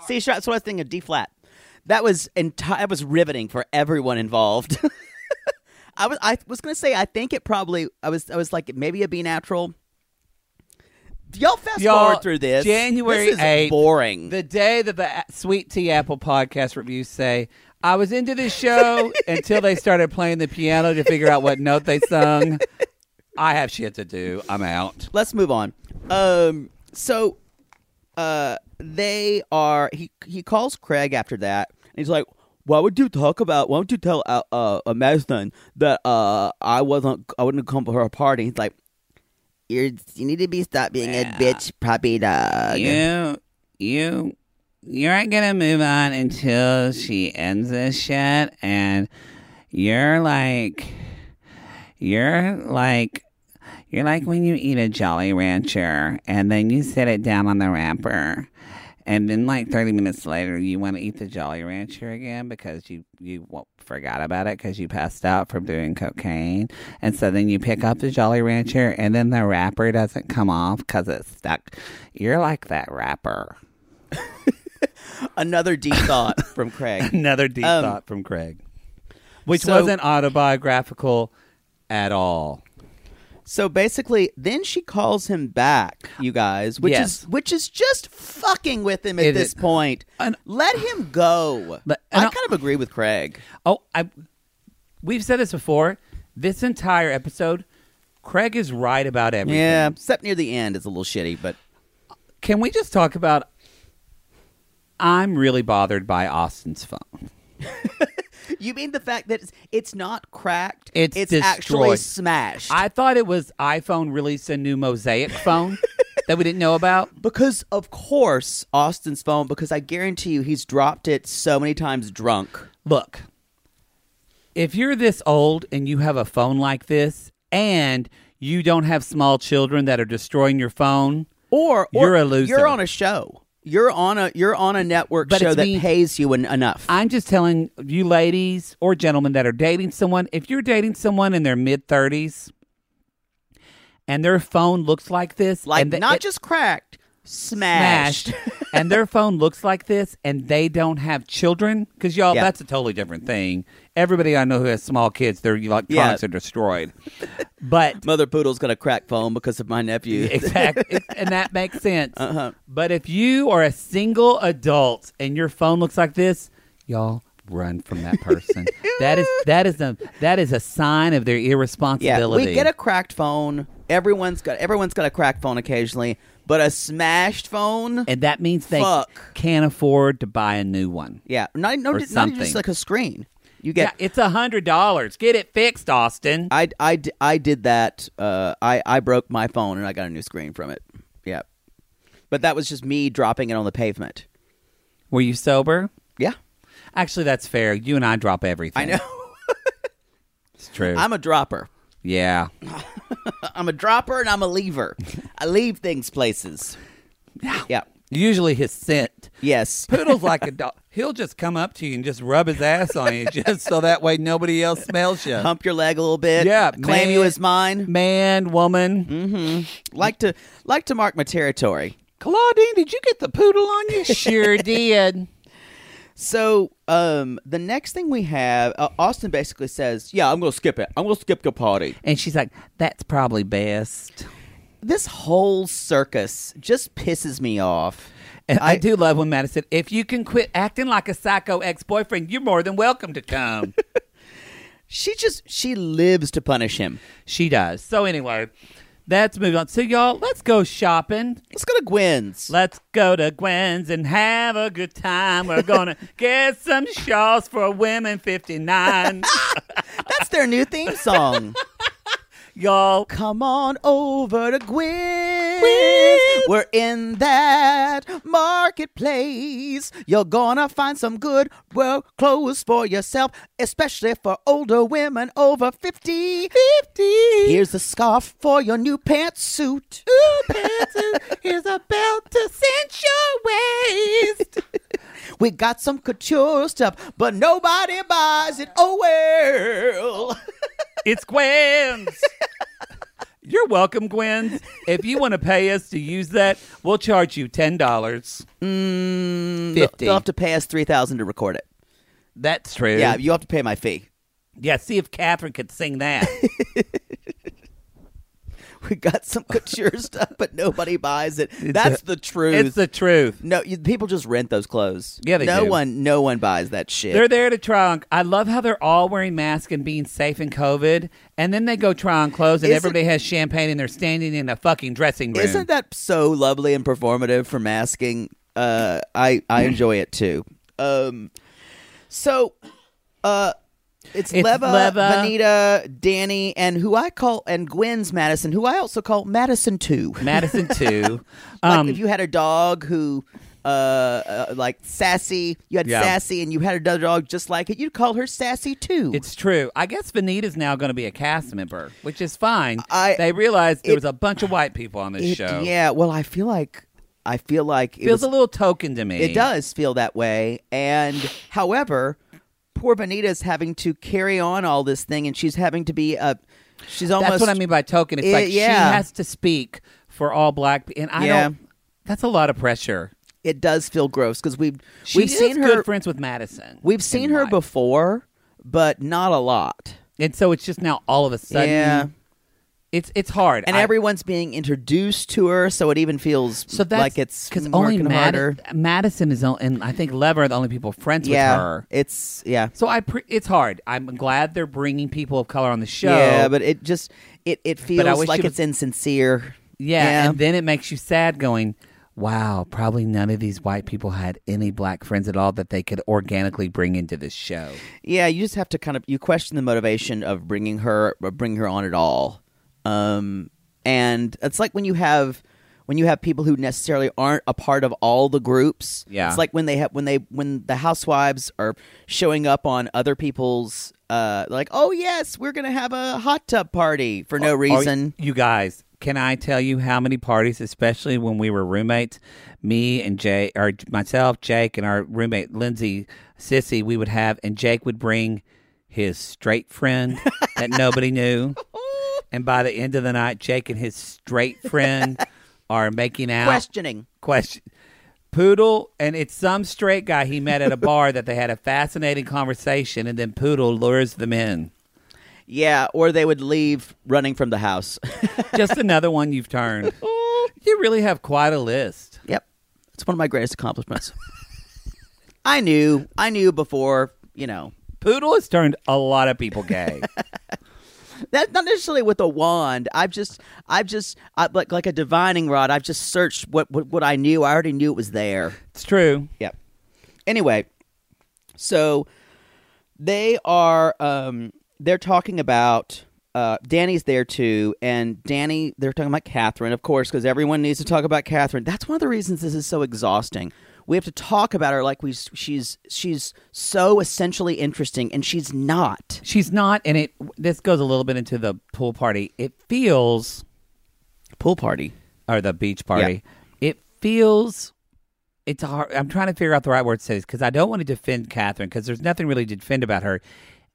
S3: C sharp. So I was thinking of D flat. That was entire. That was riveting for everyone involved. I was. I was gonna say. I think it probably. I was. I was like maybe a B natural. Y'all fast
S4: Y'all,
S3: forward through this.
S4: January
S3: This is
S4: 8th,
S3: boring.
S4: the day that the A- Sweet Tea Apple podcast reviews say, I was into this show until they started playing the piano to figure out what note they sung. I have shit to do. I'm out.
S3: let's move on. Um, so uh, they are. He he calls Craig after that, and he's like, "Why would you talk about? Why would you tell uh, uh, uh, Madison that uh, I wasn't? I wouldn't come to her party?" He's like, You're, "You need to be stop being a bitch, puppy dog."
S4: You, you, you aren't gonna move on until she ends this shit, and you're like, you're like, you're like when you eat a Jolly Rancher and then you set it down on the wrapper, and then like thirty minutes later you want to eat the Jolly Rancher again because you you wa- forgot about it because you passed out from doing cocaine, and so then you pick up the Jolly Rancher and then the wrapper doesn't come off because it's stuck. You're like that wrapper.
S3: Another deep thought from Craig.
S4: Another deep
S3: Um,
S4: thought from Craig, which
S3: so-
S4: wasn't autobiographical at all.
S3: So basically, then she calls him back, you guys, which
S4: Yes.
S3: is which is just fucking with him at
S4: It
S3: this
S4: is-
S3: point.
S4: and-
S3: Let him go.
S4: But-
S3: I
S4: and I-
S3: kind of agree with Craig.
S4: Oh, I we've said this before. This entire episode, Craig is right about everything.
S3: Yeah, except near the end, it's a little shitty, but
S4: Can we just talk about I'm really bothered by Austin's phone.
S3: you mean the fact that it's, it's not cracked?
S4: It's
S3: actually
S4: destroyed.
S3: smashed.
S4: I thought it was iPhone released a new mosaic phone that we didn't know about.
S3: because of course Austin's phone. Because I guarantee you, he's dropped it so many times drunk.
S4: Look, if you're this old and you have a phone like this and you don't have small children that are destroying your phone,
S3: Or, or
S4: You're a loser.
S3: You're on a show. You're on a you're on a network
S4: But
S3: show
S4: it's
S3: that
S4: me-
S3: pays you en- enough.
S4: I'm just telling you ladies or gentlemen that are dating someone, if you're dating someone in their mid 30s and their phone looks like this,
S3: like
S4: and the-
S3: not
S4: it-
S3: just cracked, smashed.
S4: and their phone looks like this and they don't have children, because y'all,
S3: Yeah.
S4: that's a totally different thing. Everybody I know who has small kids, their electronics
S3: Yeah.
S4: are destroyed. But
S3: Mother Poodle's got a cracked phone because of my nephew.
S4: Exactly. and that makes sense.
S3: Uh-huh.
S4: But if you are a single adult and your phone looks like this, y'all run from that person. that is that is a that is a sign of their
S3: Yeah,
S4: irresponsibility.
S3: we get a cracked phone. Everyone's got everyone's got a cracked phone occasionally, but a smashed phone.
S4: and that means they
S3: Fuck.
S4: can't afford to buy a new one.
S3: yeah, not no,
S4: or
S3: not
S4: something.
S3: just like a screen. You
S4: Yeah,
S3: get.
S4: it's a hundred dollars. Get it fixed, Austin.
S3: I, I, d- I did that. Uh, I I broke my phone and I got a new screen from it. Yeah, but that was just me dropping it on the pavement.
S4: Were you sober?
S3: Yeah,
S4: Actually, that's fair. You and I drop everything.
S3: I know.
S4: It's true.
S3: I'm a dropper.
S4: yeah.
S3: I'm a dropper and I'm a lever. I leave things places. Yeah. Yeah.
S4: Usually his scent.
S3: Yes.
S4: Poodle's like a dog. He'll just come up to you and just rub his ass on you, just so that way nobody else smells you.
S3: Hump your leg a little bit.
S4: Yeah,
S3: Claim
S4: man.
S3: you as mine.
S4: Man, woman,
S3: Like to like to mark my territory.
S4: Claudine, did you get the poodle on you? Sure did.
S3: So um, the next thing we have, uh, Austin basically says, "Yeah, I'm going to skip it. I'm going to skip the party."
S4: And she's like, "That's probably best."
S3: This whole circus just pisses me off.
S4: And I, do love when Madison said, if you can quit acting like a psycho ex boyfriend, you're more than welcome to come.
S3: She just she lives to punish him.
S4: she does. So, anyway, that's moving on. So, y'all, let's go shopping.
S3: Let's go to Gwen's.
S4: Let's go to Gwen's and have a good time. We're going to get some shawls for women 59.
S3: That's their new theme song.
S4: y'all,
S3: Come on over to Gwen's. We're in that marketplace. You're gonna find some good well clothes for yourself, especially for older women over 50. 50. Here's a scarf for your new pantsuit. Ooh, pantsuit. Here's a belt to cinch your waist. we got some couture stuff, but nobody buys it. Oh well.
S4: it's Gwen's. You're welcome, Gwen's. If you want to pay us to use that, we'll charge you ten dollars.
S3: They'll Mm, have to pay us 3000 to record it.
S4: That's true.
S3: Yeah, you have to pay my fee.
S4: Yeah, see if Catherine could sing that.
S3: We got some couture stuff, but nobody buys it. That's the truth.
S4: it's the truth.
S3: no, you, people just rent those clothes.
S4: Yeah, they
S3: no
S4: do.
S3: one, no one buys that shit.
S4: They're there to try on. I love how they're all wearing masks and being safe in COVID, and then they go try on clothes, and
S3: Isn't-
S4: everybody has champagne, and they're standing in a fucking dressing room.
S3: Isn't that so lovely and performative for masking? Uh, I I enjoy it too. Um, so, uh, it's,
S4: It's
S3: Leva,
S4: Leva.
S3: Vanita, Danny, and who I call and Gwen's Madison, who I also call Madison too.
S4: Madison too?
S3: Like
S4: Um,
S3: if you had a dog who, uh, uh, like sassy, you had
S4: Yeah.
S3: sassy, and you had another dog just like it, you'd call her sassy too.
S4: It's true. I guess Vanita's now going to be a cast member, which is fine.
S3: I-
S4: they realized there
S3: it-
S4: was a bunch of white people on this
S3: It-
S4: show.
S3: Yeah. Well, I feel like I feel like it
S4: feels
S3: was-
S4: a little token to me.
S3: It does feel that way. And however, poor Benita's having to carry on all this thing, and she's having to be a. She's almost.
S4: That's what I mean by token. It's
S3: It-
S4: like
S3: yeah.
S4: she has to speak for all black, pe- and I
S3: Yeah.
S4: don't. That's a lot of pressure.
S3: It does feel gross because we've
S4: She
S3: we've
S4: is
S3: seen
S4: good
S3: her.
S4: friends with Madison.
S3: we've seen
S4: in
S3: her
S4: life.
S3: before, but not a lot.
S4: and so it's just now all of a sudden.
S3: Yeah.
S4: it's it's hard.
S3: And
S4: I-
S3: everyone's being introduced to her, so it even feels
S4: so that's
S3: like it's
S4: because only
S3: working
S4: Mad-
S3: harder.
S4: Madison is on, and I think Lever are the only people friends
S3: Yeah,
S4: with her.
S3: it's yeah.
S4: So I pre- it's hard. I'm glad they're bringing people of color on the show.
S3: Yeah, but it just it it feels
S4: wish
S3: like
S4: it was-
S3: it's insincere.
S4: Yeah, and then it makes you sad going, wow, probably none of these white people had any black friends at all that they could organically bring into this show.
S3: yeah. You just have to kind of you question the motivation of bringing her of bringing her on at all. Um, and it's like when you have when you have people who necessarily aren't a part of all the groups.
S4: Yeah.
S3: it's like when they have when they when the housewives are showing up on other people's. Uh, like oh yes, we're gonna have a hot tub party for no reason.
S4: Are- you guys, can I tell you how many parties, especially when we were roommates, me and Jay, or myself, Jake, and our roommate Lindsay, Sissy, we would have, and Jake would bring his straight friend that nobody knew, and by the end of the night, Jake and his straight friend are making out.
S3: Questioning.
S4: question. Poodle, and it's some straight guy he met at a bar that they had a fascinating conversation, and then Poodle lures them in.
S3: Yeah, or they would leave running from the house.
S4: Just another one you've turned. You really have quite a list.
S3: Yep. It's one of my greatest accomplishments. I knew. I knew before, you know.
S4: Poodle has turned a lot of people gay.
S3: That's not necessarily with a wand. I've just I've just I, like like a divining rod, I've just searched what, what what I knew. I already knew it was there.
S4: it's true.
S3: Yep. Anyway, so they are um they're talking about uh, Danny's there too, and Danny they're talking about Catherine, of course, because everyone needs to talk about Catherine. That's one of the reasons this is so exhausting. We have to talk about her like we she's she's so essentially interesting, and she's not.
S4: She's not, and it. This goes a little bit into the pool party. It feels,
S3: Pool party.
S4: or the beach party. It feels. It's hard. I'm trying to figure out the right word to say this because I don't want to defend Catherine because there's nothing really to defend about her,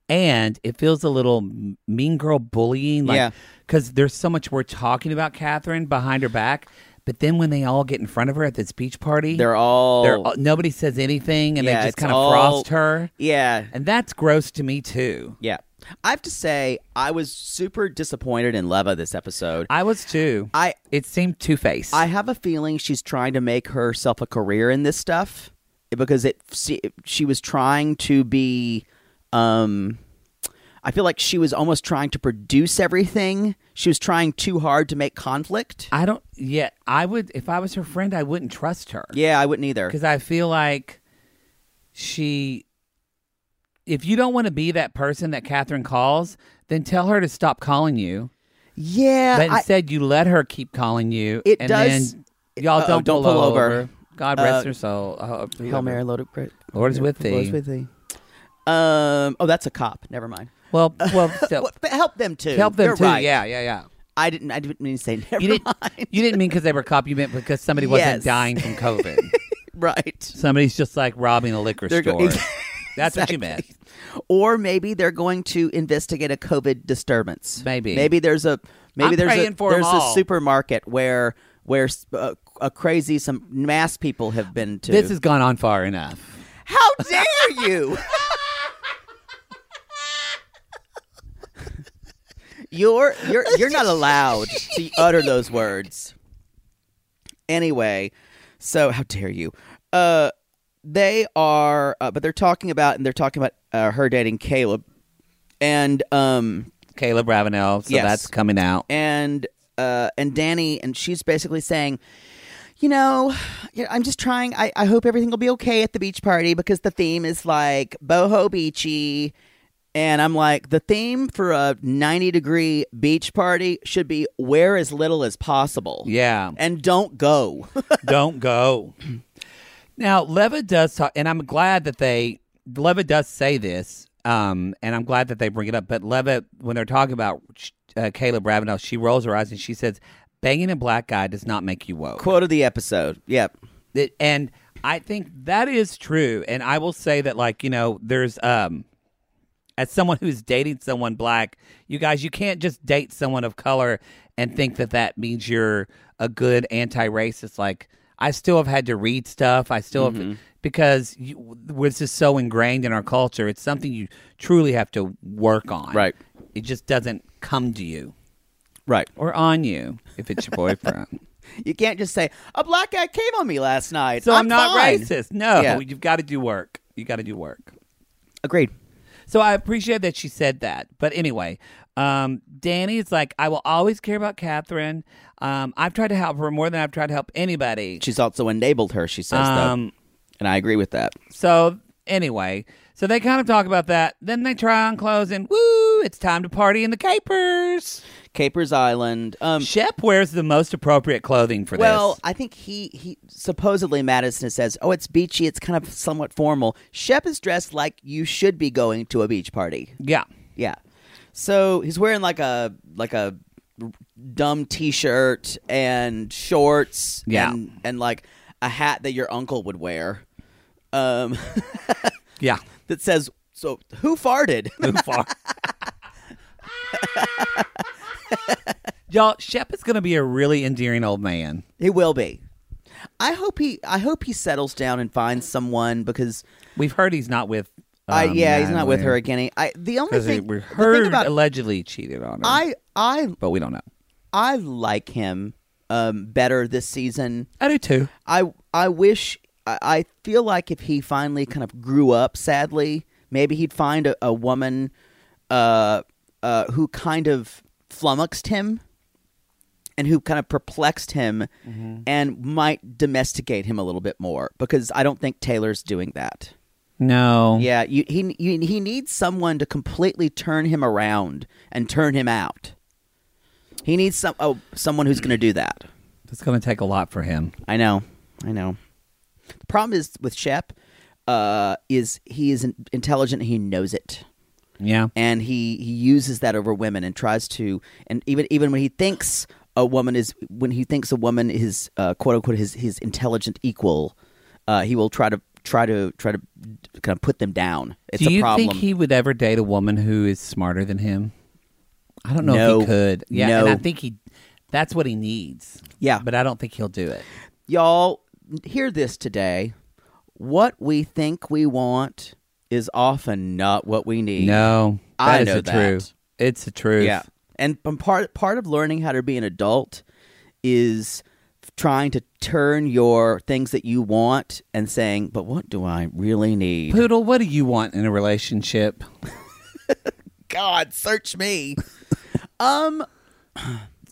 S4: and it feels a little m- mean girl bullying. Like,
S3: Yeah.
S4: Because there's so much we're talking about Catherine behind her back, but then when they all get in front of her at this beach party,
S3: They're all.
S4: They're all- nobody says anything, and
S3: Yeah,
S4: they
S3: it's
S4: just kind of
S3: all-
S4: frost her,
S3: yeah.
S4: and that's gross to me too.
S3: Yeah. I have to say, I was super disappointed in Leva this episode.
S4: I was too.
S3: I
S4: it seemed two faced.
S3: I have a feeling she's trying to make herself a career in this stuff because it she, she was trying to be um I feel like she was almost trying to produce everything. She was trying too hard to make conflict.
S4: I don't. Yeah, I would. If I was her friend, I wouldn't trust her
S3: yeah, I wouldn't either.
S4: because I feel like she. If you don't want to be that person that Catherine calls, then tell her to stop calling you.
S3: Yeah,
S4: But
S3: I-
S4: instead, you let her keep calling you.
S3: It
S4: and
S3: does-
S4: Then y'all
S3: Uh-oh,
S4: don't,
S3: don't
S4: pull,
S3: pull
S4: over.
S3: over.
S4: God rest
S3: Uh,
S4: her soul. I hope-
S3: Hail Mary, load up great.
S4: Lord is with thee.
S3: Lord is with thee. Um. Oh, that's a cop. Never mind.
S4: Well, well, still,
S3: What- but help them too.
S4: help them
S3: You're
S4: too.
S3: right.
S4: Yeah, yeah, yeah.
S3: I didn't. I didn't mean to say never
S4: You didn't.
S3: mind.
S4: You didn't mean because they were cop. You meant because somebody wasn't
S3: Yes.
S4: dying from COVID.
S3: right.
S4: Somebody's just like robbing a liquor
S3: They're
S4: store.
S3: go-
S4: That's what you meant.
S3: Or maybe they're going to investigate a COVID disturbance.
S4: Maybe.
S3: Maybe there's a. Maybe
S4: I'm
S3: there's a
S4: praying for 'em
S3: there's a
S4: all.
S3: supermarket where where uh, a crazy some mass people have been to.
S4: This has gone on far enough.
S3: How dare you? you're you're you're not allowed to utter those words. Anyway, so how dare you? Uh they are uh, but they're talking about and they're talking about uh, her dating Caleb and um
S4: Caleb Ravenel. So
S3: Yes.
S4: that's coming out.
S3: and uh, and Danny, and she's basically saying, you know, you know, I'm just trying. I, I hope everything will be okay at the beach party because the theme is like boho beachy, and I'm like, the theme for a 90 degree beach party should be wear as little as possible.
S4: Yeah.
S3: and don't go.
S4: Don't go. Now, Leva does talk, and I'm glad that they, Leva does say this, um, and I'm glad that they bring it up. But Leva, when they're talking about uh, Caleb Ravenel, she rolls her eyes and she says, banging a black guy does not make you woke.
S3: Quote of the episode. Yep.
S4: That- and I think that is true. And I will say that, like, you know, there's, um, as someone who's dating someone black, you guys, you can't just date someone of color and think that that means you're a good anti racist. Like, I still have had to read stuff. I still have, because you, this is so ingrained in our culture, it's something you truly have to work on.
S3: Right.
S4: It just doesn't come to you
S3: Right.
S4: or on you if it's your boyfriend.
S3: You can't just say a black guy came on me last night.
S4: So I'm, not
S3: fine."
S4: racist. No,
S3: Yeah.
S4: you've got to do work. You got to do work.
S3: Agreed.
S4: So I appreciate that she said that. But anyway, um, Danny's like, I will always care about Catherine. Um, I've tried to help her more than I've tried to help anybody.
S3: She's also enabled her. She says
S4: Um,
S3: though, and I agree with that.
S4: So anyway, so they kind of talk about that. Then they try on clothes and woo, it's time to party in the capers.
S3: Capers Island. Um,
S4: Shep wears the most appropriate clothing for
S3: well,
S4: this.
S3: I think he he supposedly Madison says, "Oh, it's beachy. It's kind of somewhat formal." Shep is dressed like you should be going to a beach party.
S4: Yeah.
S3: Yeah, so he's wearing like a like a dumb T-shirt and shorts.
S4: Yeah.
S3: and, and like a hat that your uncle would wear. Um,
S4: Yeah.
S3: that says, "So who farted?"
S4: Too far. Y'all, Shep is going to be a really endearing old man.
S3: he will be. I hope he I hope he settles down and finds someone because
S4: We've heard he's not with.
S3: I
S4: um,
S3: Uh, yeah, he's not with her
S4: Natalie.
S3: again. I the only
S4: Because
S3: thing
S4: we
S3: the thing
S4: heard
S3: about
S4: allegedly cheated on her.
S3: I I
S4: but we don't know.
S3: I like him um, better this season.
S4: I do too.
S3: I I wish I, I feel like if he finally kind of grew up, sadly, maybe he'd find a, a woman uh, uh, who kind of flummoxed him and who kind of perplexed him and might domesticate him a little bit more because I don't think Taylor's doing that.
S4: No.
S3: Yeah, you, he you, he needs someone to completely turn him around and turn him out. He needs some oh someone who's going to do that.
S4: It's going to take a lot for him.
S3: I know, I know. The problem is with Shep uh, is he is in- intelligent. and He knows it,
S4: Yeah.
S3: and he he uses that over women and tries to and even even when he thinks a woman is when he thinks a woman is uh, quote unquote his his intelligent equal, uh, he will try to try to try to kind of put them down. It's
S4: do
S3: a
S4: you
S3: problem.
S4: think he would ever date a woman who is smarter than him? I don't know if
S3: No.
S4: he could. Yeah, and
S3: No.
S4: I think he. That's what he needs.
S3: Yeah.
S4: But I don't think he'll do it.
S3: Y'all, hear this today. What we think we want, is often not what we need.
S4: No,
S3: I
S4: that is
S3: know
S4: the
S3: that.
S4: truth. It's the truth.
S3: Yeah. And p- part part of learning how to be an adult is trying to turn your things that you want and saying, "But what do I really need?"
S4: Poodle, what do you want in a relationship?
S3: God, search me.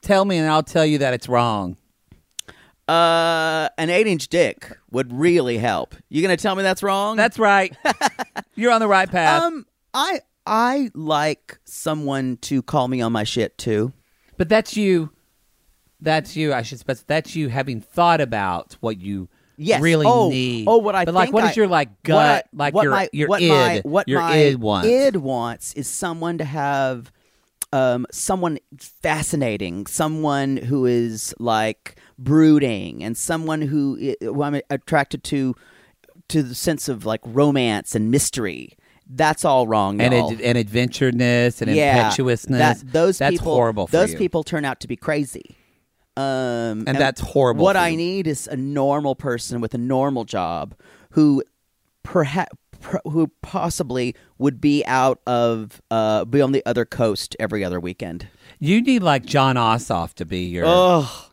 S4: Tell me, and I'll tell you that it's wrong.
S3: Uh, an eight-inch dick would really help. You gonna tell me that's wrong?
S4: That's right. You're on the right path.
S3: um, I I like someone to call me on my shit too.
S4: but that's you. That's you. I should specify. That's you having thought about what you
S3: Yes.
S4: really
S3: oh,
S4: need.
S3: Oh, what I
S4: but like,
S3: think
S4: what is
S3: I-
S4: your like
S3: what
S4: gut?
S3: I-
S4: like
S3: what
S4: your
S3: my,
S4: your
S3: what
S4: id.
S3: My, what
S4: your
S3: my
S4: id wants.
S3: id wants is someone to have um, someone fascinating, someone who is like brooding, and someone who, i- who I'm attracted to to the sense of like romance and mystery. That's all wrong,
S4: and
S3: y'all.
S4: ad- and adventureness and
S3: yeah,
S4: impetuousness.
S3: That, those
S4: that's
S3: people,
S4: horrible. For
S3: those
S4: you.
S3: people turn out to be crazy. Um,
S4: and, that's horrible.
S3: what
S4: for
S3: I
S4: you.
S3: need is a normal person with a normal job who perhaps who possibly would be out of uh be on the other coast every other weekend.
S4: You need like John Ossoff to be your.
S3: Oh,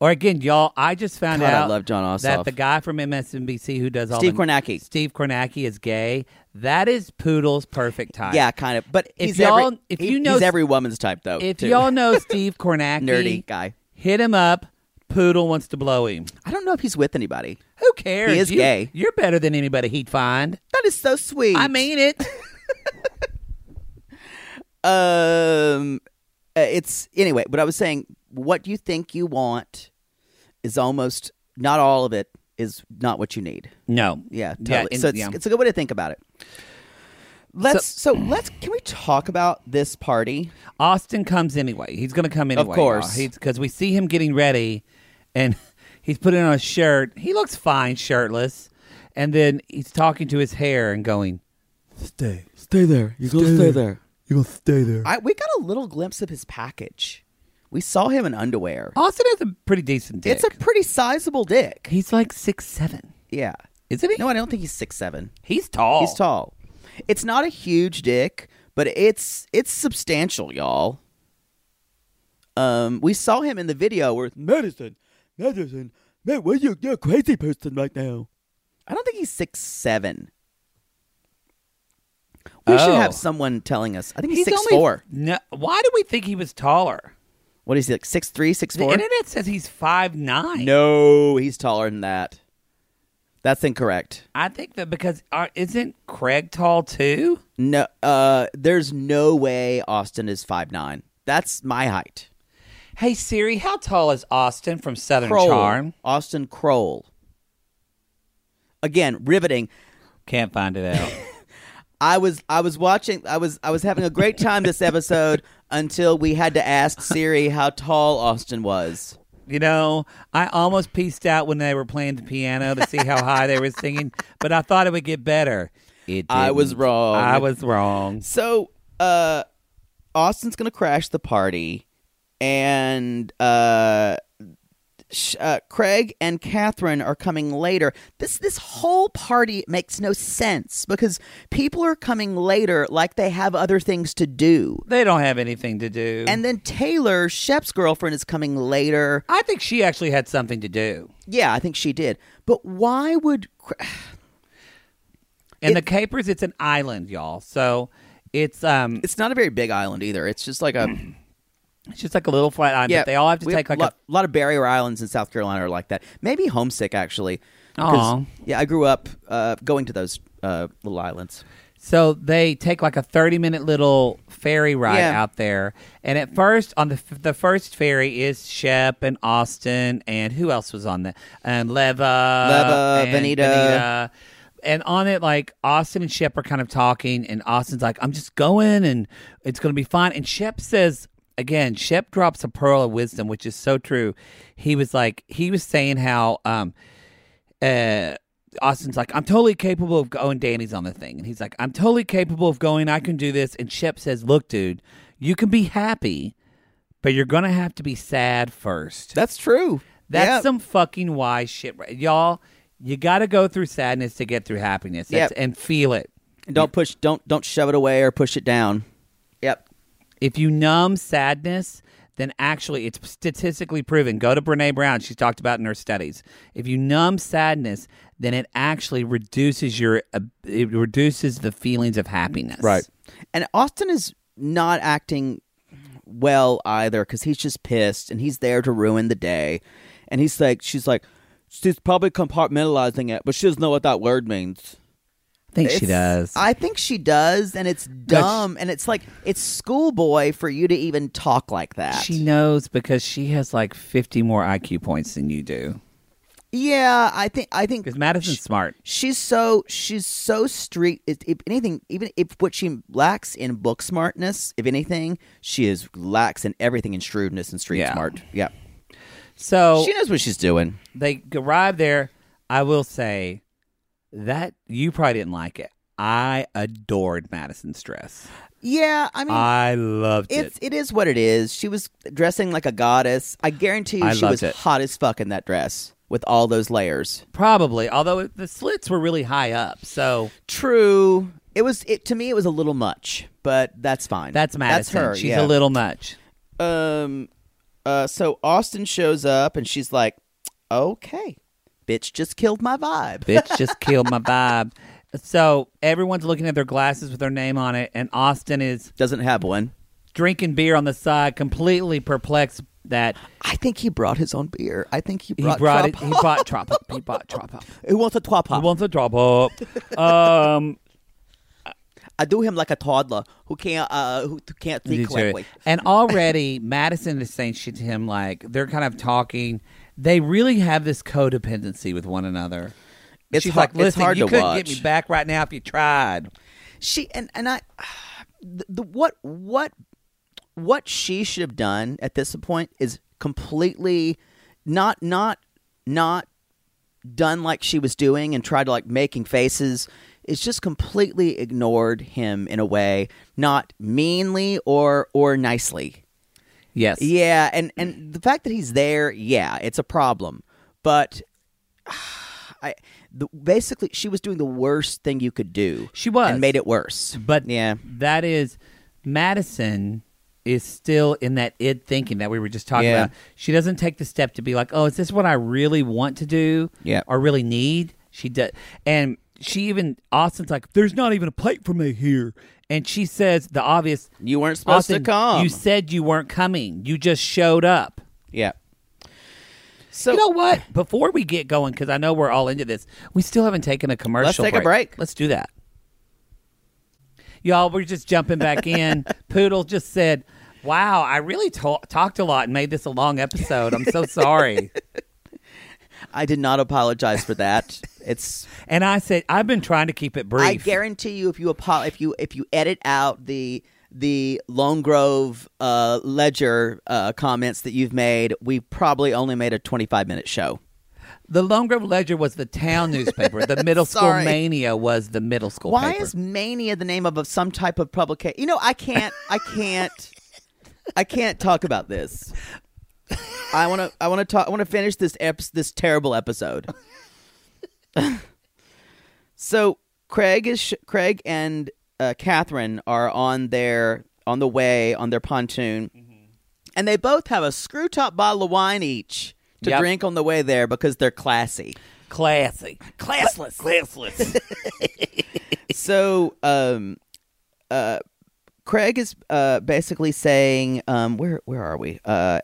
S4: Or again, y'all, I just found
S3: God, I
S4: out
S3: love John Ossoff.
S4: that the guy from MSNBC who does all
S3: Steve
S4: the-
S3: Kornacki.
S4: Steve Kornacki is gay. That is Poodle's perfect type.
S3: yeah, kind of. But
S4: If
S3: he's
S4: y'all-
S3: every,
S4: if
S3: he-
S4: you know-
S3: he's every woman's type though.
S4: If
S3: too.
S4: y'all know Steve Kornacki,
S3: nerdy guy,
S4: hit him up. Poodle wants to blow him.
S3: I don't know if he's with anybody.
S4: Who cares?
S3: He is
S4: You-
S3: gay.
S4: You're better than anybody he'd find.
S3: That is so sweet.
S4: I mean it.
S3: um, uh, it's anyway. But I was saying, what you think you want is almost not all of it is not what you need.
S4: No.
S3: Yeah, totally.
S4: and-
S3: so it's,
S4: yeah.
S3: it's a good way to think about it. Let's so, let's can we talk about this party?
S4: Austin comes anyway. He's going to come anyway.
S3: course.
S4: Because we see him getting ready and he's putting on a shirt. He looks fine shirtless. And then he's talking to his hair and going,
S1: Stay there. You go stay there.
S3: I we got a little glimpse of his package. We saw him in underwear.
S4: Austin has a pretty decent dick.
S3: It's a pretty sizable dick.
S4: he's like six seven,
S3: Yeah.
S4: isn't he?
S3: No, I don't think he's six seven.
S4: he's tall.
S3: He's tall. It's not a huge dick, but it's it's substantial, y'all. Um, we saw him in the video where
S1: Medicine. Medicine. Man, what you? You're a crazy person right now.
S3: I don't think he's six seven. We should
S4: Oh.
S3: have someone telling us. I think he's,
S4: He's
S3: six
S4: only-
S3: four.
S4: No, why do we think he was taller?
S3: What is he like six three, six
S4: The
S3: four?
S4: internet says he's five nine.
S3: No, he's taller than that. That's incorrect.
S4: I think that because uh, isn't Craig tall too?
S3: No, uh, there's no way Austin is five nine. That's my height.
S4: Hey Siri, how tall is Austin from Southern
S3: Kroll.
S4: Charm?
S3: Austin Kroll. Again, riveting.
S4: Can't find it out.
S3: I was I was watching I was I was having a great time this episode until we had to ask Siri how tall Austin was.
S4: you know, I almost pieced out when they were playing the piano to see how high they were singing, but I thought it would get better. It
S3: I was
S4: didn't.
S3: wrong.
S4: I was wrong.
S3: So, uh, Austin's gonna crash the party, and uh, sh- uh, Craig and Catherine are coming later. This this whole party makes no sense because people are coming later, like they have other things to do.
S4: They don't have anything to do.
S3: And then Taylor, Shep's girlfriend, is coming later.
S4: I think she actually had something to do.
S3: Yeah, I think she did. But why would? Cra-
S4: In the Capers, it's an island, y'all. So it's um,
S3: It's not a very big island either. It's just like a
S4: it's just like a little flat island.
S3: yeah,
S4: but they all have to
S3: we
S4: take like
S3: a lot, lot of barrier islands in South Carolina are like that. Maybe homesick actually. because-
S4: Aw.
S3: Yeah, I grew up uh, going to those uh, little islands.
S4: a. So they take like a thirty-minute little ferry ride
S3: Yeah.
S4: out there, and at first on the f- the first ferry is Shep and Austin and who else was on that? And Leva,
S3: Leva,
S4: and
S3: Vanita.
S4: Vanita. And on it, like Austin and Shep are kind of talking, and Austin's like, "I'm just going, and it's going to be fine." And Shep says, again, Shep drops a pearl of wisdom, which is so true. He was like, he was saying how um, uh, Austin's like, I'm totally capable of going. Danny's on the thing. And he's like, I'm totally capable of going. I can do this. And Shep says, Look, dude, you can be happy, but you're going to have to be sad first.
S3: That's true.
S4: That's
S3: yeah.
S4: some fucking wise shit. right- Y'all, you got to go through sadness to get through happiness That's-
S3: Yep.
S4: and feel it.
S3: And don't push. Don't don't shove it away or push it down. Yep.
S4: If you numb sadness, then actually it's statistically proven. Go to Brene Brown, she's talked about in her studies. If you numb sadness, then it actually reduces your uh, it reduces the feelings of happiness.
S1: Right.
S3: And Austin is not acting well either because he's just pissed and he's there to ruin the day. And he's like, she's like,
S1: She's probably compartmentalizing it, but she doesn't know what that word means.
S4: I think she
S3: It's-
S4: does.
S3: I think she does, and it's dumb, and it's like it's schoolboy for you to even talk like that.
S4: she knows because she has like 50 more IQ points than you do.
S3: yeah, I think I think
S4: Because Madison's smart.
S3: she's so she's so street. If, if anything, even if what she lacks in book smartness, if anything, she is lacks in everything in shrewdness and street
S4: Yeah. Oh.
S3: smart. Yeah,
S4: So
S3: she knows what she's doing.
S4: they arrive there. I will say that you probably didn't like it. I adored Madison's dress.
S3: Yeah, I mean.
S4: I loved it.
S3: it's it is what it is. She was dressing like a goddess. I guarantee you,
S4: I
S3: she
S4: loved
S3: was
S4: it.
S3: hot as fuck in that dress with all those layers.
S4: Probably, although it, the slits were really high up, so
S3: True. It was it to me. It was a little much, but that's fine.
S4: that's Madison.
S3: That's her.
S4: She's
S3: yeah.
S4: a little much.
S3: Um. Uh. So Austin shows up, and she's like, "Okay, bitch, just killed my vibe."
S4: Bitch just killed my vibe. So everyone's looking at their glasses with their name on it, and Austin is
S3: Doesn't have one.
S4: drinking beer on the side, completely perplexed that
S3: I think he brought his own beer. I think he
S4: he
S3: brought.
S4: brought it.
S3: Trop-
S4: He bought trop up. He bought trop up.
S3: Who wants a twop
S4: He
S3: pop?
S4: wants a drop up. Um,
S3: I do him like a toddler who can't uh who can't
S4: You
S3: think
S4: too.
S3: correctly.
S4: And already Madison is saying shit to him like they're kind of talking. They really have this codependency with one another.
S3: It's
S4: She's
S3: har-
S4: like,
S3: it's
S4: listen,
S3: hard
S4: you
S3: to
S4: couldn't get
S3: watch."
S4: me back right now if you tried.
S3: she and and I the, the what what what she should have done at this point is completely not not not done like she was doing and tried to like making faces it's just completely ignored him in a way not meanly or or nicely
S4: Yes.
S3: yeah and and the fact that he's there yeah it's a problem but I the, basically she was doing the worst thing you could do
S4: She was.
S3: and made it worse
S4: But
S3: yeah
S4: that is Madison is still in that id thinking that we were just talking
S3: Yeah.
S4: about. She doesn't take the step to be like, "Oh, is this what I really want to do?
S3: Yeah.
S4: or really need?" She does, and she even Austin's like, "There's not even a plate for me here," and she says the obvious.
S3: You weren't supposed
S4: Austin,
S3: to come.
S4: You said you weren't coming. You just showed up.
S3: yeah. So
S4: You know what? Before we get going, because I know we're all into this, we still haven't taken a commercial.
S3: take a break.
S4: Let's do that. Y'all, we're just jumping back in. Poodle just said, "Wow, I really ta- talked a lot and made this a long episode. I'm so sorry."
S3: I did not apologize for that. It's
S4: and I said, "I've been trying to keep it brief."
S3: I guarantee you if you apo- if you if you edit out the the Lone Grove uh, Ledger uh, comments that you've made, we probably only made a 25 minute show.
S4: the Lone Grove Ledger was the town newspaper. The Middle School
S3: Sorry.
S4: Mania was the middle school.
S3: Why
S4: paper.
S3: is Mania the name of a, some type of publication? You know, I can't, I can't, I can't talk about this. I want to, I want to talk, I want to finish this ep- this terrible episode. so Craig is sh- Craig and uh, Catherine are on their on the way on their pontoon,
S4: Mm-hmm.
S3: and they both have a screw top bottle of wine each to
S4: Yep.
S3: drink on the way there because they're classy.
S4: classy, classless, classless?
S3: so um uh Craig is uh basically saying um where where are we? Uh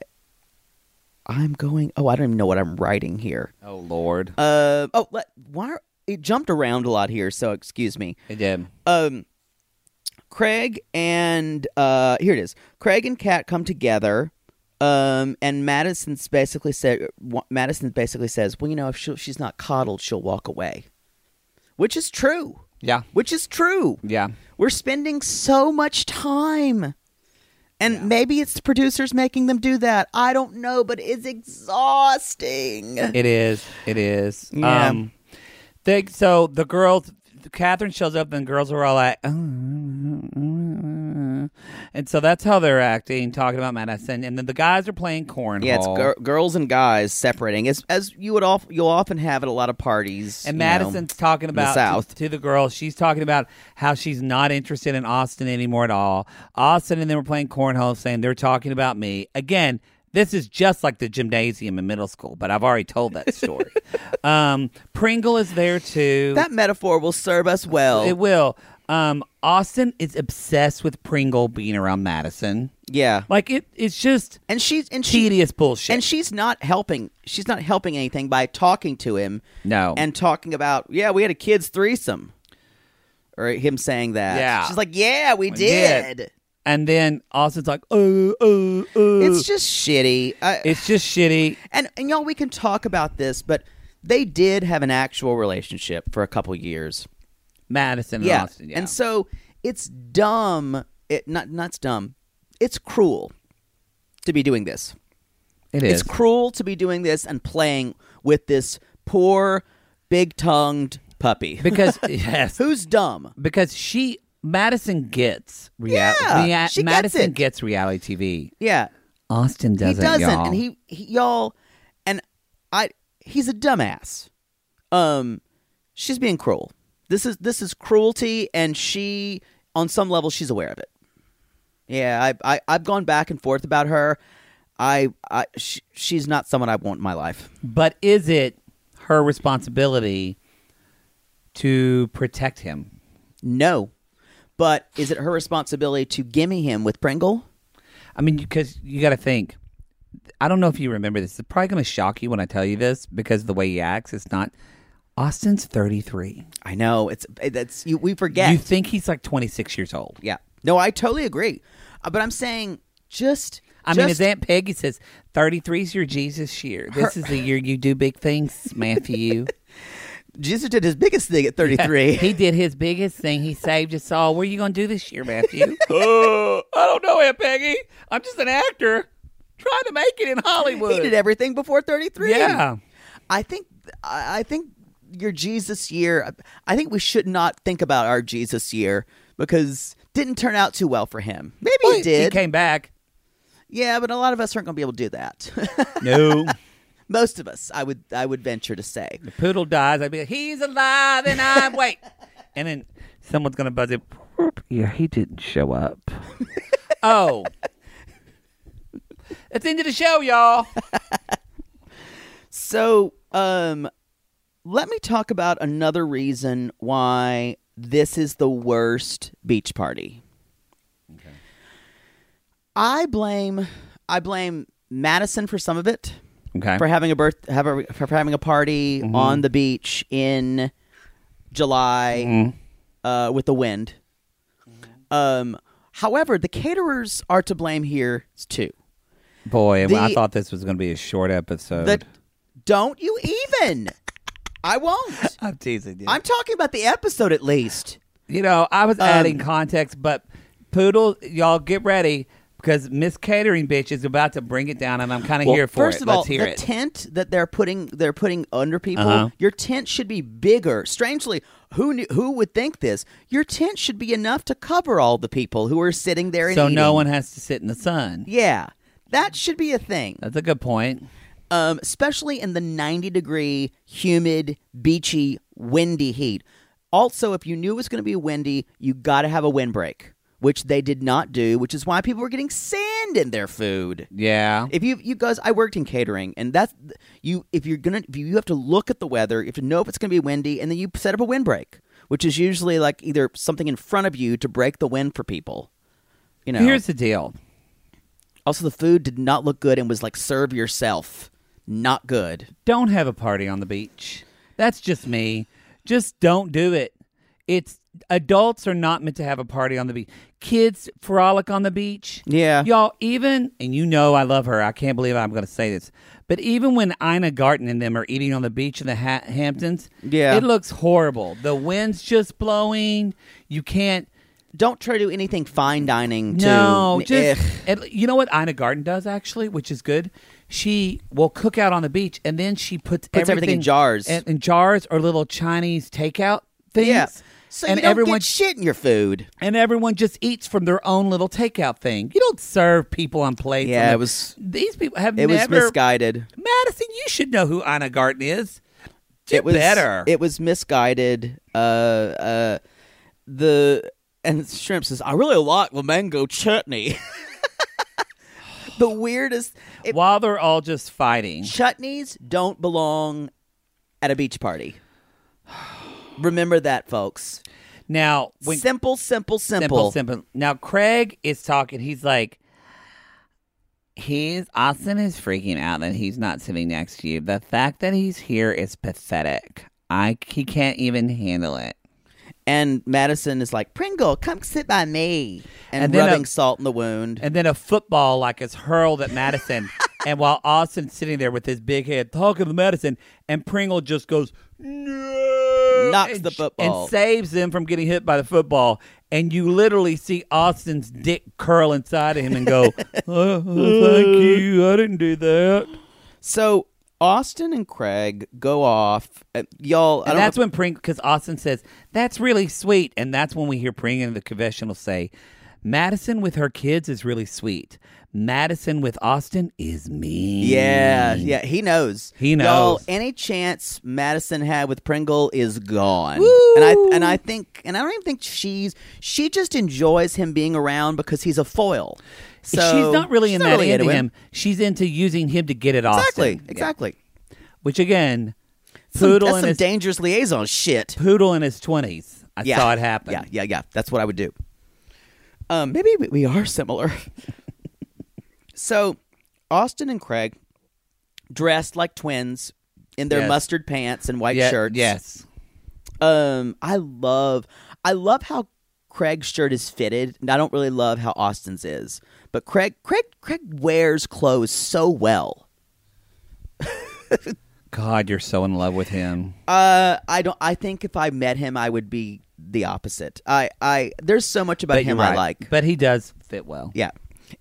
S3: I'm going Oh, I don't even know what I'm writing here.
S4: oh Lord,
S3: Uh oh, let, why are, it jumped around a lot here, so excuse me.
S4: it did.
S3: Um Craig and uh here it is. Craig and Kat come together. Um and Madison's basically said Madison basically says, "Well, you know, if she, she's not coddled, she'll walk away." Which is true.
S4: Yeah,
S3: Which is true.
S4: yeah.
S3: We're spending so much time. And maybe it's the producers making them do that. I don't know, but it's exhausting.
S4: It is. It is.
S3: Yeah.
S4: Um, they, so the girls, Catherine shows up, and the girls are all like, "Oh." And so that's how they're acting, talking about Madison. And then the guys are playing cornhole.
S3: Yeah, it's gir- girls and guys separating. As as you would all you'll often have at a lot of parties.
S4: And
S3: you know.
S4: Madison's talking
S3: the
S4: about to-
S3: South.
S4: To, the girls. She's talking about how she's not interested in Austin anymore at all. Austin and them were playing cornhole, saying they're talking about me again. This is just like the gymnasium in middle school, but I've already told that story. um, Pringle is there too.
S3: that metaphor will serve us well.
S4: it will. Um, Austin is obsessed with Pringle being around Madison.
S3: yeah,
S4: Like it, it's just
S3: and she's and she
S4: tedious bullshit.
S3: and she's not helping. She's not helping anything by talking to him.
S4: No.
S3: and talking about yeah, we had a kids threesome, or him saying that.
S4: Yeah.
S3: she's like, yeah, we
S4: did.
S3: did.
S4: and then Austin's like, oh, oh, oh.
S3: It's just shitty. I,
S4: it's just shitty.
S3: and and y'all, we can talk about this, but they did have an actual relationship for a couple years.
S4: Madison and
S3: yeah.
S4: Austin. Oh, Yeah.
S3: And so it's dumb. It not not it's dumb. It's cruel to be doing this.
S4: it
S3: It's cruel to be doing this and playing with this poor, big-tongued puppy
S4: because yes,
S3: who's dumb.
S4: because she Madison gets reality.
S3: Yeah, she gets
S4: Madison
S3: it.
S4: gets reality TV.
S3: Yeah,
S4: Austin doesn't.
S3: he doesn't,
S4: y'all.
S3: and he, he y'all, and I. He's a dumbass. Um, she's being cruel. This is this is cruelty, and she, on some level, she's aware of it. Yeah, I, I I've gone back and forth about her. I, I sh- she's not someone I want in my life.
S4: But is it her responsibility to protect him?
S3: No, but is it her responsibility to gimme him with Pringle?
S4: I mean, because you got to think. I don't know if you remember this. It's probably going to shock you when I tell you this because of the way he acts. It's not. Austin's thirty three.
S3: I know it's that's you, we forget.
S4: You think he's like twenty six years old?
S3: yeah, no, I totally agree. Uh, but I'm saying just.
S4: I mean,
S3: just
S4: his Aunt Peggy says, 33's your Jesus year. This is the year you do big things, Matthew.
S3: Jesus did his biggest thing at 33.
S4: he did his biggest thing. He saved us all. What are you going to do this year, Matthew? oh, I don't know, Aunt Peggy. I'm just an actor trying to make it in Hollywood.
S3: He did everything before 33.
S4: Yeah.
S3: I think I I think your Jesus year I think we should not think about our Jesus year because it didn't turn out too well for him. Maybe
S4: Well,
S3: it did.
S4: He came back.
S3: yeah, but a lot of us aren't going to be able to do that.
S4: No.
S3: Most of us, I would I would venture to say.
S4: Poodle dies. I'd be like, he's alive and I wait. and then someone's going to buzz it. Yeah, he didn't show up. oh. It's into the show, y'all.
S3: So, um let me talk about another reason why this is the worst beach party. I blame I blame Madison for some of it.
S4: Okay.
S3: for having a birth have a, for having a party on the beach in July uh, with the wind. Um, however, the caterers are to blame here too.
S4: Boy,
S3: The-
S4: I thought this was going to be a short episode.
S3: That don't you even. I won't.
S4: I'm teasing you.
S3: I'm Um, talking about the episode at least.
S4: you know, I was adding context, but Poodle, y'all get ready because Miss Catering Bitch is about to bring it down, and I'm kind of here for
S3: first
S4: it.
S3: of all,
S4: Let's hear
S3: the
S4: it.
S3: tent that they're putting they're putting under people.
S4: Uh-huh.
S3: Your tent should be bigger. Strangely, who knew, who would think this? Your tent should be enough to cover all the people who are sitting there. And
S4: so no
S3: eating.
S4: one has to sit in the sun.
S3: Yeah, that should be a thing,
S4: That's a good point.
S3: um, especially in the 90 degree, humid, beachy, windy heat. Also, if you knew it was going to be windy, you got to have a windbreak, which they did not do, which is why people were getting sand in their food.
S4: Yeah.
S3: If you you guys, I worked in catering, and that's you. If you're gonna, if you, you have to look at the weather. You have to know if it's gonna be windy, and then you set up a windbreak, which is usually like either something in front of you to break the wind for people. You know,
S4: Here's the deal.
S3: also, the food did not look good and was like serve yourself. Not good.
S4: Don't have a party on the beach. That's just me. Just don't do it. It's adults are not meant to have a party on the beach. Kids frolic on the beach.
S3: Yeah.
S4: Y'all, even, and you know I love her. I can't believe I'm going to say this. But even when Ina Garten and them are eating on the beach in the ha- Hamptons,
S3: Yeah.
S4: it looks horrible. The wind's just blowing. You can't.
S3: Don't try to do anything fine dining. too.
S4: No,
S3: Ugh.
S4: just at- you know what Ina Garten does actually, which is good. She will cook out on the beach, and then she puts,
S3: Puts everything in jars.
S4: in, in jars or little Chinese takeout things.
S3: Yeah. So
S4: and
S3: you don't
S4: everyone
S3: get shit in your food.
S4: and everyone just eats from their own little takeout thing. You don't serve people on plates.
S3: Yeah,
S4: on the-
S3: it was-
S4: These people have
S3: It was
S4: never.
S3: misguided.
S4: Madison, you should know who Anna Garten is. Do
S3: it was
S4: better.
S3: It was misguided. Uh, uh, the and shrimp says, "I really like the mango chutney." the weirdest it,
S4: While they're all just fighting,
S3: chutneys don't belong at a beach party. Remember that, folks.
S4: now when
S3: simple, simple,
S4: simple,
S3: simple,
S4: simple. Now Craig is talking. He's like, he's Austin is freaking out that he's not sitting next to you. The fact that he's here is pathetic. I he can't even handle it.
S3: And Madison is like, "Pringle, come sit by me," and,
S4: And then
S3: rubbing
S4: a-
S3: salt in the wound.
S4: And then a football like is hurled at Madison. and while Austin's sitting there with his big head talking to Madison, and Pringle just goes, no!
S3: Knocks
S4: and
S3: the
S4: sh-
S3: football.
S4: And saves them from getting hit by the football. And you literally see Austin's dick curl inside of him and go, oh, oh, thank you. I didn't do that.
S3: so Austin and Craig go off. Uh, y'all, I
S4: And
S3: don't
S4: that's
S3: know,
S4: when Pringle, because Austin says, that's really sweet. And that's when we hear Pringle in the confessional say, Madison with her kids is really sweet. Madison with Austin is mean.
S3: Yeah, yeah, he knows.
S4: He
S3: Y'all,
S4: knows.
S3: any chance Madison had with Pringle is gone. And I and I think and I don't even think she's she just enjoys him being around because he's a foil. So
S4: she's not really
S3: she's
S4: in that
S3: into
S4: into him. She's into using him to get it off.
S3: Exactly, exactly.
S4: Which again,
S3: Some-
S4: poodle
S3: that's
S4: in
S3: some
S4: his
S3: dangerous liaison shit.
S4: poodle in his twenties. I
S3: yeah.
S4: saw it happen.
S3: Yeah, yeah, yeah. That's what I would do. Um, maybe we- we are similar. so, Austin and Craig, dressed like twins in their
S4: Yes.
S3: mustard pants and white
S4: Yeah,
S3: shirts.
S4: Yes.
S3: Um, I love, I love how Craig's shirt is fitted, and I don't really love how Austin's is. But Craig, Craig, Craig wears clothes so well.
S4: God, you're so in love with him.
S3: Uh, I don't. I think if I met him, I would be the opposite. I, I, there's so much about
S4: But
S3: him
S4: you're right.
S3: I like.
S4: But he does fit well.
S3: Yeah.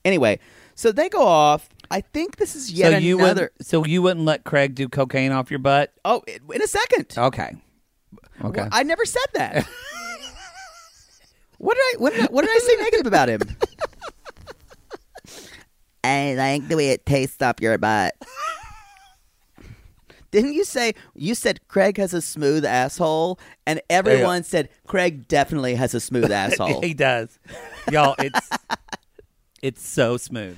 S3: Anyway, so they go off. I think this is yet
S4: so you
S3: another.
S4: wouldn't. So you wouldn't let Craig do cocaine off your butt.
S3: oh, in in a second.
S4: Okay. Okay.
S3: I never said that. what did I? What did I, what did I say negative about him? I like the way it tastes up your butt. Didn't you say you said Craig has a smooth asshole, and everyone said Craig definitely has a smooth asshole.
S4: he does. Y'all, it's it's so smooth.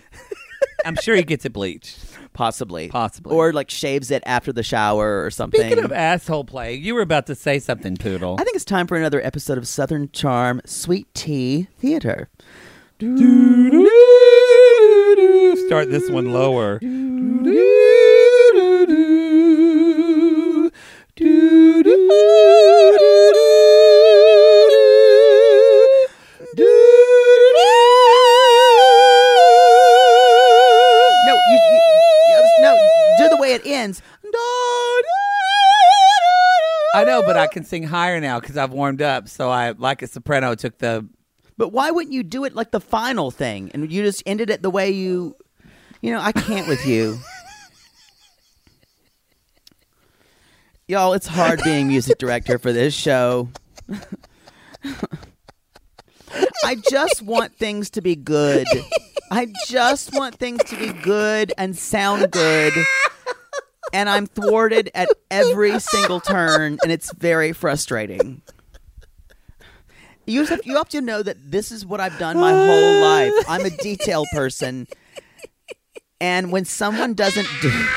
S4: I'm sure he gets it bleached.
S3: Possibly.
S4: Possibly.
S3: Or like shaves it after the shower or something.
S4: Speaking of asshole play, you were about to say something, Poodle.
S3: I think it's time for another episode of Southern Charm Sweet Tea Theater.
S4: Start this one lower.
S3: No, you, you, you- no, do the way it ends.
S4: I know, but I can sing higher now because I've warmed up. So I, like a soprano, took the.
S3: But why wouldn't you do it like the final thing and you just ended it the way you, you know, I can't with you. Y'all, it's hard being music director for this show. I just want things to be good. I just want things to be good and sound good. And I'm thwarted at every single turn, and it's very frustrating. You just have, you have to know that this is what I've done my whole life. I'm a detail person, and when someone doesn't do,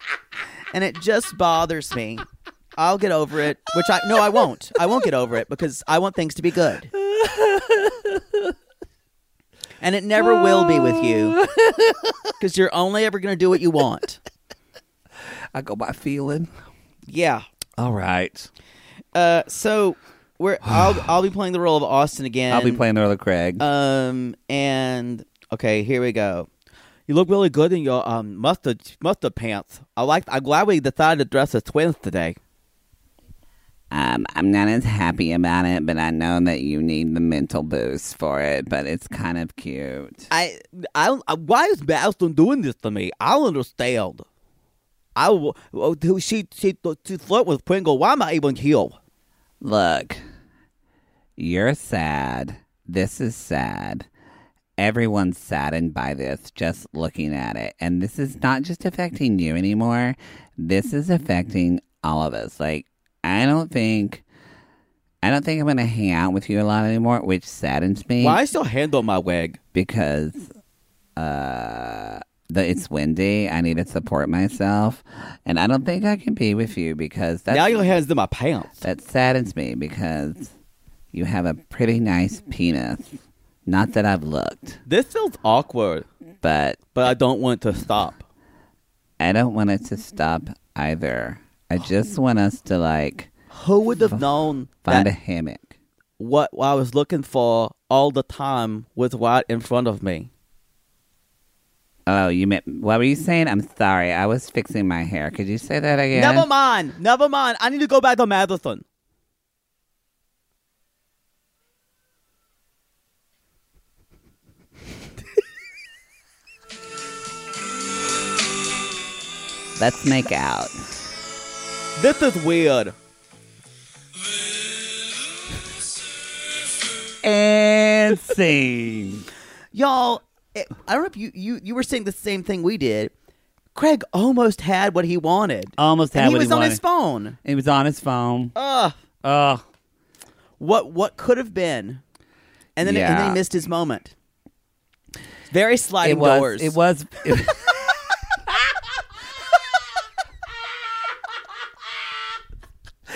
S3: and it just bothers me, I'll get over it. Which I no, I won't. I won't get over it because I want things to be good, and it never will be with you because you're only ever going to do what you want.
S4: I go by feeling.
S3: Yeah.
S4: All right.
S3: Uh. So we're I'll I'll be playing the role of Austin again.
S4: I'll be playing the other Craig.
S3: Um. And okay, here we go.
S1: You look really good in your um mustard mustard pants. I like. I'm glad we decided to dress as twins today.
S4: Um, I'm not as happy about it, but I know that you need the mental boost for it, but it's kind of cute.
S1: I, I, don't- I why is Madison doing this to me? I don't understand. I, w-
S4: Mm.
S1: oh, who- she, she, she flirt with Pringle. Why am I even here?
S4: Look, You're sad. This is sad. Everyone's saddened by this just looking at it. And this is not just affecting you anymore. This is affecting all of us. Like, I don't think. I don't think I'm going to hang out with you a lot anymore, which saddens me
S1: Why I still handle my wig?
S4: because uh the, it's windy. I need to support myself, and I don't think I can be with you because that's
S1: now your hands in my pants.
S4: that saddens me because you have a pretty nice penis. Not that I've looked,
S1: This feels awkward,
S4: but
S1: but I don't want to stop.
S4: I don't want it to stop either. I just want us to like
S1: Who would have known
S4: find a
S1: that
S4: hammock.
S1: what I was looking for all the time was right in front of me?
S4: Oh, you meant what were you saying? I'm sorry. I was fixing my hair. Could you say that again?
S1: Never mind. Never mind. I need to go back to Madison.
S4: Let's make out.
S1: This is weird.
S4: And scene.
S3: y'all. It, I don't know if you, you you were saying the same thing we did. Craig almost had what he wanted.
S4: Almost
S3: and
S4: had
S3: he
S4: what
S3: was
S4: he
S3: on
S4: wanted.
S3: his phone.
S4: It was on his phone.
S3: Ugh.
S4: Ugh.
S3: What what could have been, and then and then
S4: Yeah.
S3: he missed his moment. Very sliding
S4: it was.
S3: doors.
S4: It was. It,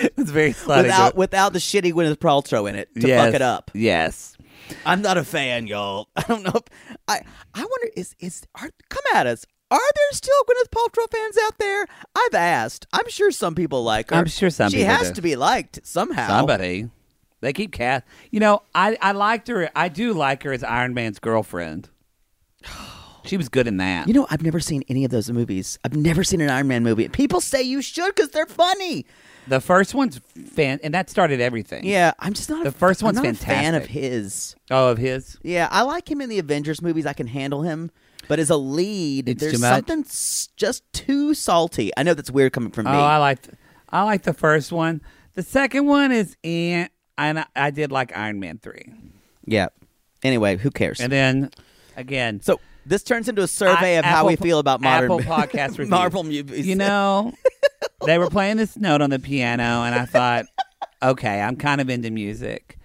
S4: It was very slutty.
S3: without without the shitty Gwyneth Paltrow in it to
S4: yes.
S3: fuck it up.
S4: Yes.
S3: I'm not a fan, y'all. I don't know. If, I I wonder is is are, come at us. Are there still Gwyneth Paltrow fans out there? I've asked. I'm sure some people like her.
S4: I'm sure some
S3: She
S4: people
S3: has
S4: do.
S3: to be liked somehow.
S4: Somebody. They keep cast. You know, I, I liked her. I do like her as Iron Man's girlfriend. She was good in that.
S3: You know, I've never seen any of those movies. I've never seen an Iron Man movie. People say you should because they're funny.
S4: the first one's fan, and that started everything.
S3: Yeah, I'm just not.
S4: The
S3: a,
S4: first
S3: I'm
S4: one's
S3: not A fan of
S4: fantastic.
S3: his.
S4: Oh, of his.
S3: Yeah, I like him in the Avengers movies. I can handle him, but as a lead,
S4: It's
S3: there's
S4: too much.
S3: something s- just too salty. I know that's weird coming from me.
S4: Oh, I liked I liked the first one. The second one is eh, and I, I did like Iron Man three.
S3: yeah. Anyway, who cares?
S4: And then again,
S3: so this turns into a survey
S4: I-
S3: of how
S4: Apple
S3: we
S4: po-
S3: feel about modern
S4: Apple podcast review.
S3: Marvel movies.
S4: you know, they were playing this note on the piano, and I thought, okay, I'm kind of into music.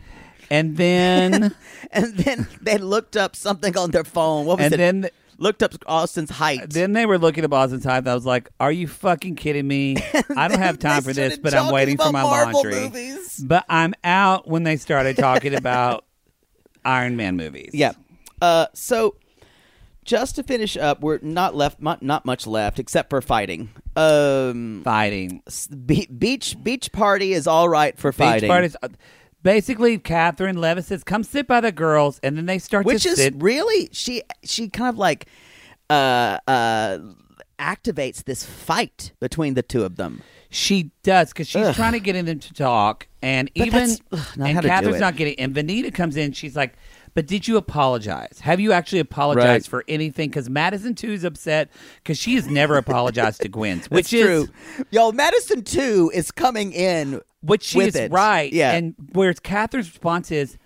S4: And then,
S3: and then they looked up something on their phone. What was
S4: and
S3: it?
S4: then,
S3: looked up Austin's height.
S4: then they were looking at balls and time. I was like, "Are you fucking kidding me? I don't have time for this,
S3: started
S4: but I'm
S3: talking
S4: waiting for
S3: about
S4: my
S3: Marvel
S4: laundry."
S3: movies.
S4: But I'm out when they started talking about Iron Man movies.
S3: Yeah. Uh, so just to finish up, we're not left not, not much left except for fighting. Um,
S4: fighting.
S3: s- be- beach beach party is all right for fighting,
S4: Beach parties. Basically, Catherine Levis says, "Come sit by the girls," and then they start
S3: which
S4: to
S3: is
S4: sit.
S3: really she she kind of like uh, uh, activates this fight between the two of them.
S4: She does because she's trying to get in them to talk, and even
S3: that's- ugh, not
S4: and
S3: how to do
S4: Catherine's
S3: it.
S4: not getting. And Vanita comes in. She's like, "But did you apologize? Have you actually apologized
S1: Right.
S4: for anything?" Because Madison too is upset because she has never apologized to Gwen's, which
S3: That's
S4: is
S3: true. Yo, Madison Two is coming in.
S4: Which she
S3: with
S4: is
S3: it.
S4: right.
S3: Yeah.
S4: And whereas Catherine's response is,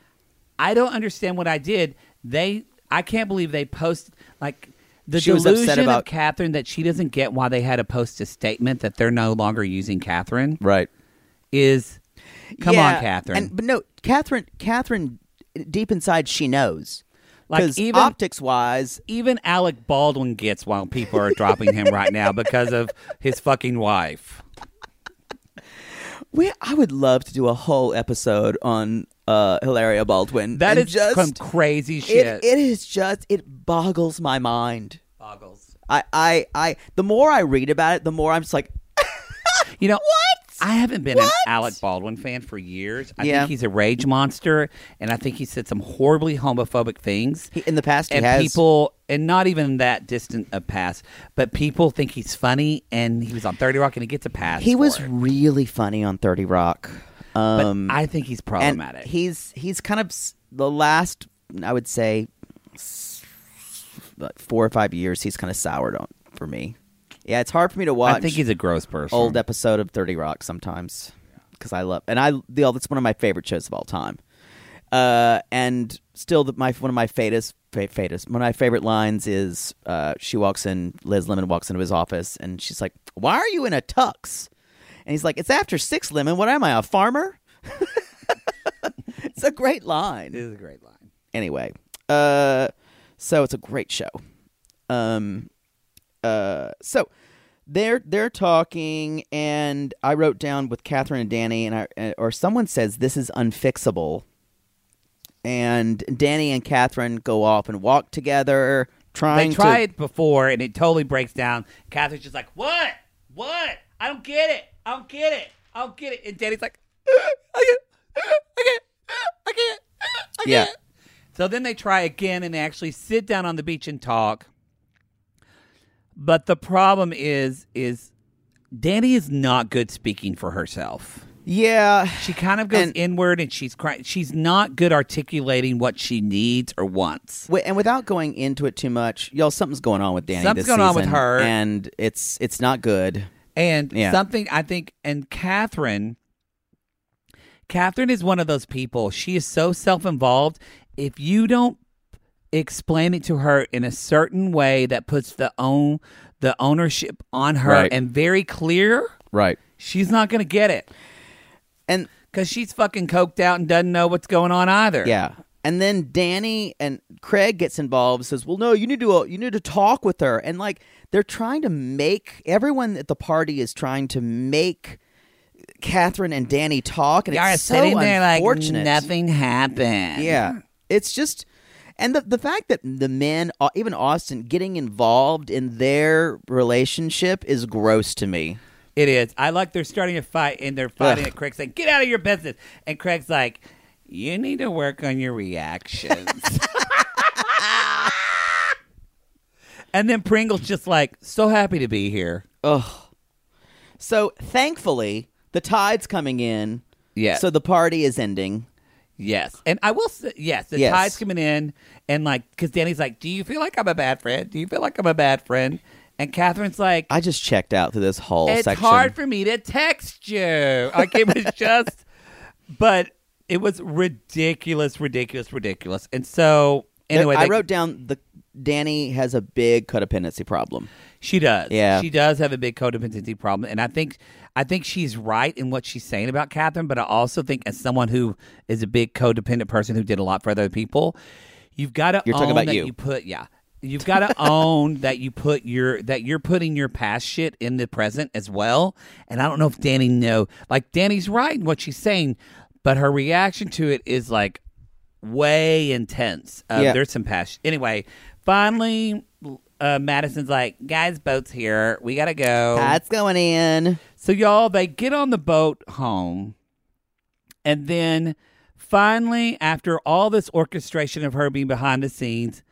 S4: I don't understand what I did. They, I can't believe they posted like the
S3: She was
S4: delusion
S3: upset about-
S4: of Catherine that she doesn't get why they had to post a statement that they're no longer using Catherine
S1: Right.
S4: is, come
S3: Yeah,
S4: on, Catherine.
S3: And, but no, Catherine. Catherine, deep inside, she knows.
S4: Like,
S3: Because
S4: even-
S3: optics wise,
S4: even Alec Baldwin gets why people are dropping him right now because of his fucking wife.
S3: we I would love to do a whole episode on uh, Hilaria Baldwin.
S4: That
S3: And
S4: is
S3: just
S4: some crazy shit.
S3: it, it is just it boggles my mind.
S4: Boggles.
S3: I, I I the more I read about it, the more I'm just like,
S4: You know what? I haven't been an Alec Baldwin fan for years. I
S3: Yeah.
S4: think he's a rage monster, and I think he said some horribly homophobic things.
S3: He- in the past he
S4: and
S3: has.
S4: people, and not even that distant a past, but people think he's funny, and he was on Thirty Rock, and he gets a pass.
S3: he
S4: for
S3: was
S4: it.
S3: really funny on Thirty Rock.
S4: but
S3: Um,
S4: I think he's
S3: and
S4: problematic.
S3: he's he's kind of s- the last I would say s- like four or five years he's kind of soured on for me. Yeah, it's hard for me to watch.
S4: I think he's a gross person.
S3: old episode of Thirty Rock sometimes because I love and I you know, that's one of my favorite shows of all time. Uh, and still, the, my one of my fatus, fa- fatus, one of my favorite lines is uh, she walks in, Liz Lemon walks into his office, and she's like, "Why are you in a tux?" And he's like, "It's after six, Lemon. What am I, a farmer?" it's a great line.
S4: This is a great line.
S3: anyway uh so it's a great show um uh so they're they're talking and i wrote down with catherine and danny and I, uh, or someone says this is unfixable and danny and catherine go off and walk together trying
S4: They try
S3: to
S4: it before and it totally breaks down. Catherine's just like, What? What? I don't get it. I don't get it. I don't get it. And Danny's like, "Uh, I can't. I can't. I can't. I can't.
S3: Yeah.
S4: So then they try again and they actually sit down on the beach and talk. But the problem is, is Danny is not good speaking for herself.
S3: yeah
S4: She kind of goes
S3: And-
S4: inward and she's crying. She's not good articulating what she needs or wants.
S3: Wi- and without going into it too much y'all something's going on with danny
S4: Something's
S3: this
S4: going on with
S3: season,
S4: her.
S3: and it's it's not good
S4: And
S3: Yeah.
S4: something I think, and Catherine, Catherine is one of those people. She is so self involved. If you don't explain it to her in a certain way that puts the own the ownership on her
S3: Right.
S4: and very clear,
S3: right
S4: she's not going to get it
S3: and
S4: because she's fucking coked out and doesn't know what's going on either.
S3: Yeah. And then Danny and Craig gets involved. Says, "Well, no, you need to uh, you need to talk with her." And like they're trying to make everyone at the party is trying to make Catherine and Danny talk, and
S4: Y'all are
S3: it's so
S4: sitting there like
S3: unfortunate.
S4: nothing happened.
S3: Yeah, it's just, and the the fact that the men, uh, even Austin, getting involved in their relationship is gross to me.
S4: It is. I like they're starting a fight and they're fighting at Craig's saying, Get out of your business. And Craig's like, You need to work on your reactions. and then Pringle's just like, So happy to be here.
S3: So thankfully, the tide's coming in.
S4: Yes.
S3: So the party is ending.
S4: Yes. And I will say, yes, the
S3: Yes.
S4: tide's coming in. And like, because Danny's like, Do you feel like I'm a bad friend? Do you feel like I'm a bad friend? And Catherine's like,
S3: I just checked out through this whole
S4: It's
S3: section.
S4: hard for me to text you. Like it was just, but it was ridiculous, ridiculous, ridiculous. And so anyway,
S3: I
S4: they-
S3: wrote down the Danny has a big codependency problem.
S4: she does.
S3: Yeah.
S4: she does have a big codependency problem, and I think I think she's right in what she's saying about Catherine. But I also think as someone who is a big codependent person who did a lot for other people, you've got to
S3: You're talking about
S4: that
S3: you.
S4: put yeah. You've got to own that you put your that you're putting your past shit in the present as well. And I don't know if Danny know like Danny's right in what she's saying, but her reaction to it is like way intense. Uh,
S3: Yeah.
S4: There's some passion. Anyway, finally, uh, Madison's like, guys, boat's here. We gotta go.
S3: That's going in.
S4: So y'all, they get on the boat home, and then finally, after all this orchestration of her being behind the scenes,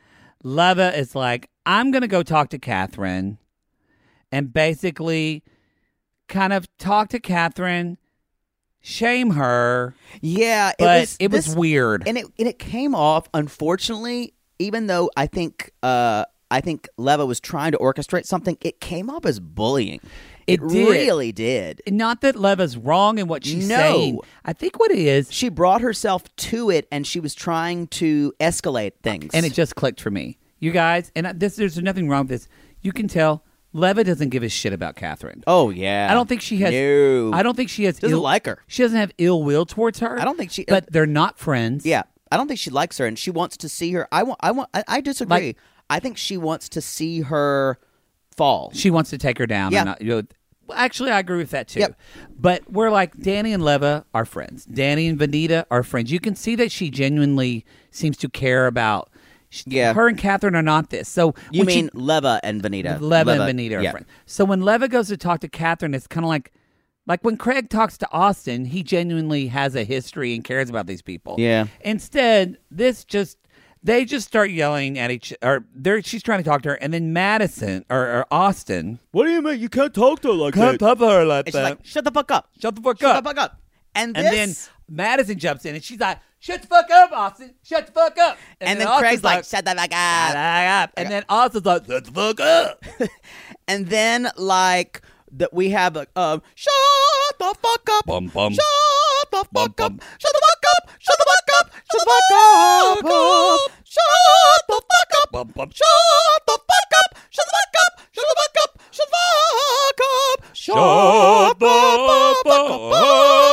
S4: Leva is like, "I'm gonna go talk to Catherine," and basically, kind of talk to Catherine, shame her,
S3: Yeah,
S4: but
S3: it was, this-
S4: weird.
S3: and it and it came off unfortunately. Even though I think uh, I think Leva was trying to orchestrate something, it came off as bullying.
S4: It did.
S3: really did.
S4: Not that Leva's wrong in what she's
S3: No.
S4: saying. I think what it is,
S3: She brought herself to it, and she was trying to escalate things.
S4: and it just clicked for me. You guys, and I- this there's nothing wrong with this. You can tell Leva doesn't give a shit about Catherine.
S3: oh yeah,
S4: I don't think she has.
S3: No.
S4: I don't think she has.
S3: Doesn't
S4: ill-
S3: like her.
S4: She doesn't have ill will towards her.
S3: I don't think she- uh,
S4: But they're not friends.
S3: Yeah, I don't think she likes her, and she wants to see her. I want. I want. I, I disagree.
S4: Like-
S3: I think she wants to see her fall.
S4: She wants to take her down.
S3: Yeah.
S4: And not, you know, well, actually, I agree with that too.
S3: Yep.
S4: But we're like Danny and Leva are friends. Danny and Vanita are friends. You can see that she genuinely seems to care about. She,
S3: Yeah.
S4: Her and Catherine are not this. So
S3: you
S4: when she-
S3: mean Leva and Vanita?
S4: Leva, and Benita are
S3: yeah.
S4: friends. So when Leva goes to talk to Catherine, it's kind of like, like when Craig talks to Austin, he genuinely has a history and cares about these people.
S3: Yeah.
S4: Instead, this just they just start yelling at each or they're she's trying to talk to her, and then Madison or, or Austin
S1: What do you mean? You can't talk to her like
S4: can't
S1: that.
S4: talk to her like
S3: And she's
S4: that.
S3: like, "Shut the fuck up!
S4: Shut the fuck
S3: Shut
S4: up.
S3: the fuck up!" And,
S4: and then
S3: this-
S4: Madison jumps in and she's like, "Shut the fuck up, Austin! Shut the fuck up!"
S3: and, then,
S4: Austin's
S3: Craig's like, "Shut the fuck
S4: "Shut
S3: up!"
S4: up!" And then Austin's like, "Shut the fuck up!"
S3: And then like that we have a um, "Shut the fuck up!"
S4: Bum, bum.
S3: Shut the fuck up. Shut the fuck up. Shut the fuck up. Shut the fuck up. Shut the fuck up. Shut the fuck up. Shut the fuck up. Shut the fuck up. Shut the fuck up. Shut the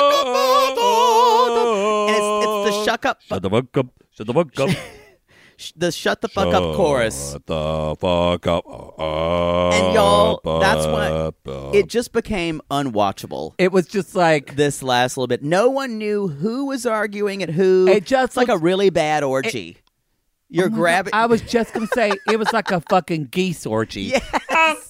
S3: fuck up. And it's, it's the shuck up,
S2: Shut the fuck up. Shut the fuck up.
S3: sh- the shut the fuck up chorus.
S2: Shut the fuck up.
S3: And y'all, that's what- It just became unwatchable.
S4: It was just like
S3: This last little bit, no one knew who was arguing at who.
S4: It just Oh
S3: it's like a
S4: looks-
S3: really bad orgy. You're grabbing.
S4: I was just gonna say it was like a fucking geese orgy.
S3: honk,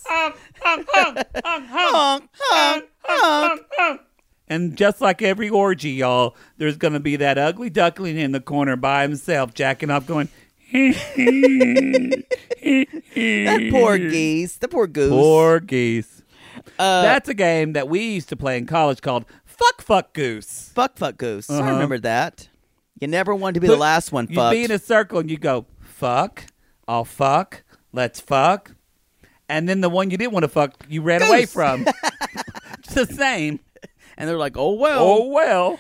S3: honk, honk.
S4: And just like every orgy, y'all, there's gonna be that ugly duckling in the corner by himself, jacking off, going,
S3: That poor geese. The poor goose.
S4: "Poor geese."
S3: Uh,
S4: That's a game that we used to play in college called "Fuck Fuck Goose."
S3: fuck, fuck goose. I
S4: Uh-huh.
S3: remember that. You never want to be the
S4: Put-
S3: last one.
S4: You'd
S3: Fuck.
S4: be in a circle and you go, fuck, I'll fuck, let's fuck. And then the one you didn't want to fuck, you ran away
S3: Goose.
S4: from. it's the same.
S3: and they're like, oh well.
S4: Oh, well.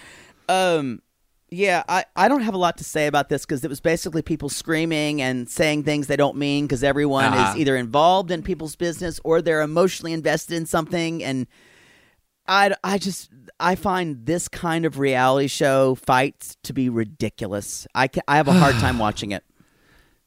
S3: Um, yeah, I, I don't have a lot to say about this because it was basically people screaming and saying things they don't mean because everyone
S4: Uh-huh.
S3: is either involved in people's business or they're emotionally invested in something. And I, I just I find this kind of reality show fights to be ridiculous. I ca I have a hard time watching it.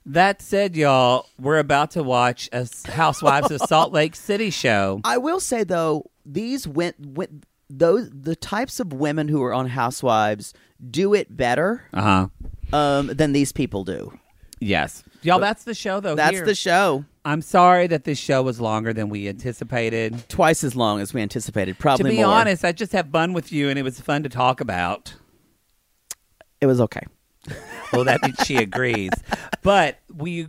S4: That said, y'all, we're about to watch a Housewives of Salt Lake City show.
S3: I will say though, these went went those the types of women who are on Housewives do it better
S4: Uh huh.
S3: um, than these people do.
S4: Yes. Y'all, that's the show, though.
S3: That's
S4: Oh, here.
S3: the show.
S4: I'm sorry that this show was longer than we anticipated.
S3: Twice as long as we anticipated.
S4: To
S3: Probably
S4: be
S3: more.
S4: honest, I just had fun with you and it was fun to talk about.
S3: it was okay.
S4: Well, that means she agrees. But we,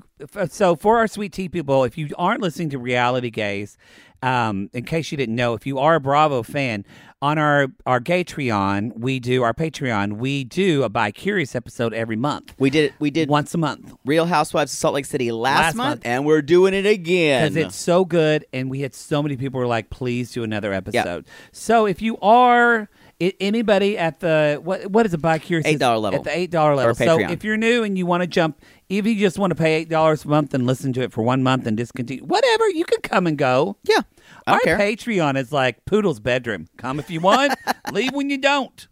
S4: so for our sweet tea people, if you aren't listening to Reality Gays, um, in case you didn't know, if you are a Bravo fan, on our our Gaytreon, we do our Patreon, we do a Bi Curious episode every month,
S3: We did we did
S4: once a month,
S3: Real Housewives of Salt Lake City last,
S4: Last
S3: month,
S4: month.
S3: and we're doing it again.
S4: because it's so good, and we had so many people who were like, "Please do another episode." So if you are i- anybody at the what what is a Bi Curious
S3: $8 level.
S4: at the eight dollar level?
S3: Or
S4: So
S3: Patreon.
S4: if if you're new and you want to jump, if you just want to pay eight dollars a month and listen to it for one month and discontinue, whatever, you can come and go.
S3: yeah. I
S4: Our
S3: don't care.
S4: Patreon is like Poodle's bedroom. Come if you want, leave when you don't.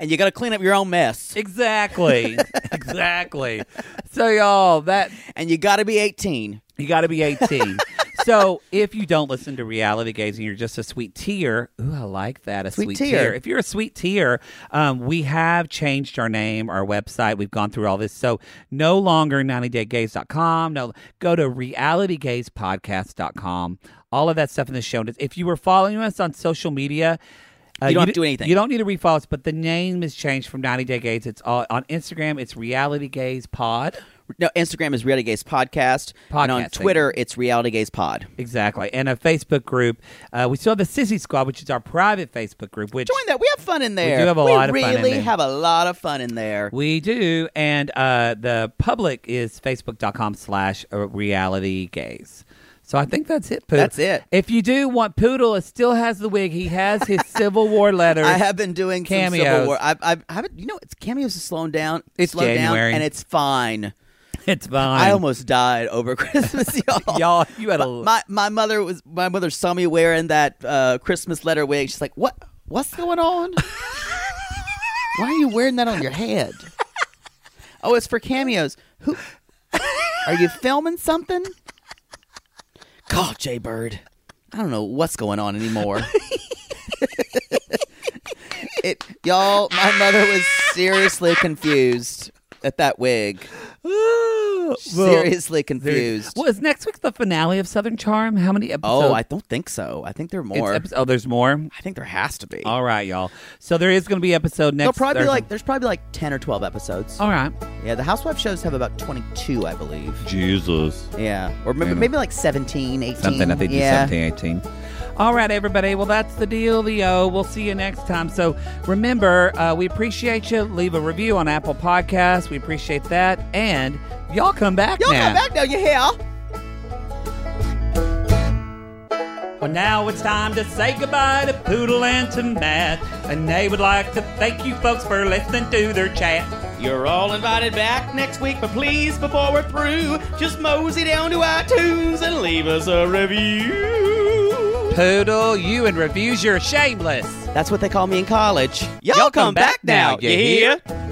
S3: and you got to clean up your own mess,
S4: Exactly, exactly. So y'all, that
S3: and you got to be eighteen.
S4: you got to be eighteen. So if you don't listen to reality games and you're just a sweet tear, ooh, I like that a sweet,
S3: Sweet
S4: tear.
S3: tear.
S4: If you're a sweet tear, um, we have changed our name, our website. We've gone through all this, so no longer 90daygaze.com. No, go to realitygazepodcast.com. All of that stuff in the show notes. If you were following us on social media. uh,
S3: You don't have
S4: d-
S3: to do anything.
S4: You don't need to refollow us, but the name is changed from 90 Day Gaze. It's all, on Instagram. It's Reality Gaze Pod.
S3: No, Instagram is Reality Gaze Podcast, and on
S4: Podcast, thank
S3: Twitter it's Reality Gaze Pod.
S4: Exactly. And a Facebook group. Uh, we still have the Sissy Squad, which is our private Facebook group, which
S3: Join that. We have fun in there.
S4: do have a lot of fun in
S3: really
S4: there.
S3: have a lot of fun in there.
S4: we do. And uh, the public is facebook.com slash uh, reality gaze. So I think that's it, Poodle.
S3: That's it.
S4: If you do want Poodle, it still has the wig. He has his Civil War letters.
S3: I have been doing Some Civil
S4: Cameos.
S3: War. I've, I've, I've, you know, it's cameos is slowing down.
S4: It's
S3: slowed
S4: January.
S3: down, and it's fine.
S4: It's fine.
S3: I almost died over Christmas, y'all.
S4: Y'all, you had a.
S3: my my mother was my mother saw me wearing that uh, Christmas letter wig. She's like, "What? What's going on? Why are you wearing that on your head?" Oh, it's for cameos. Who are you filming something? God, Jay Bird. I don't know what's going on anymore. it, y'all, my mother was seriously confused at that wig. seriously confused.
S4: Well, is next week the finale of Southern Charm? How many episodes?
S3: Oh, I don't think so. I think there are
S4: It's
S3: more.
S4: episode- oh, there's more?
S3: I think there has to be.
S4: All right, y'all. So there is going to be episode
S3: There'll
S4: next
S3: probably be
S4: Thursday.
S3: like Oh, there's Oh. probably like ten or twelve episodes.
S4: All right.
S3: Yeah, the housewife shows have about twenty two, I believe.
S2: Jesus.
S3: Yeah, or maybe,
S2: Yeah.
S3: maybe like 17, 18.
S2: Something, I
S4: Mm,
S2: think it's
S3: yeah.
S2: 17, 18.
S4: All right, everybody. Well, that's the deal, Leo. We'll see you next time. So remember, uh, we appreciate you. Leave a review on Apple Podcasts. We appreciate that. And y'all come back
S3: Y'all
S4: now.
S3: come back now, you hear?
S4: Well, Now it's time to say goodbye to Poodle and to Matt, and they would like to thank you folks for listening to their chat.
S3: You're all invited back next week, but please, before we're through, just mosey down to iTunes and leave us a review.
S4: Poodle, you and reviews, you're shameless.
S6: That's what they call me in college.
S3: Y'all come back now, you hear?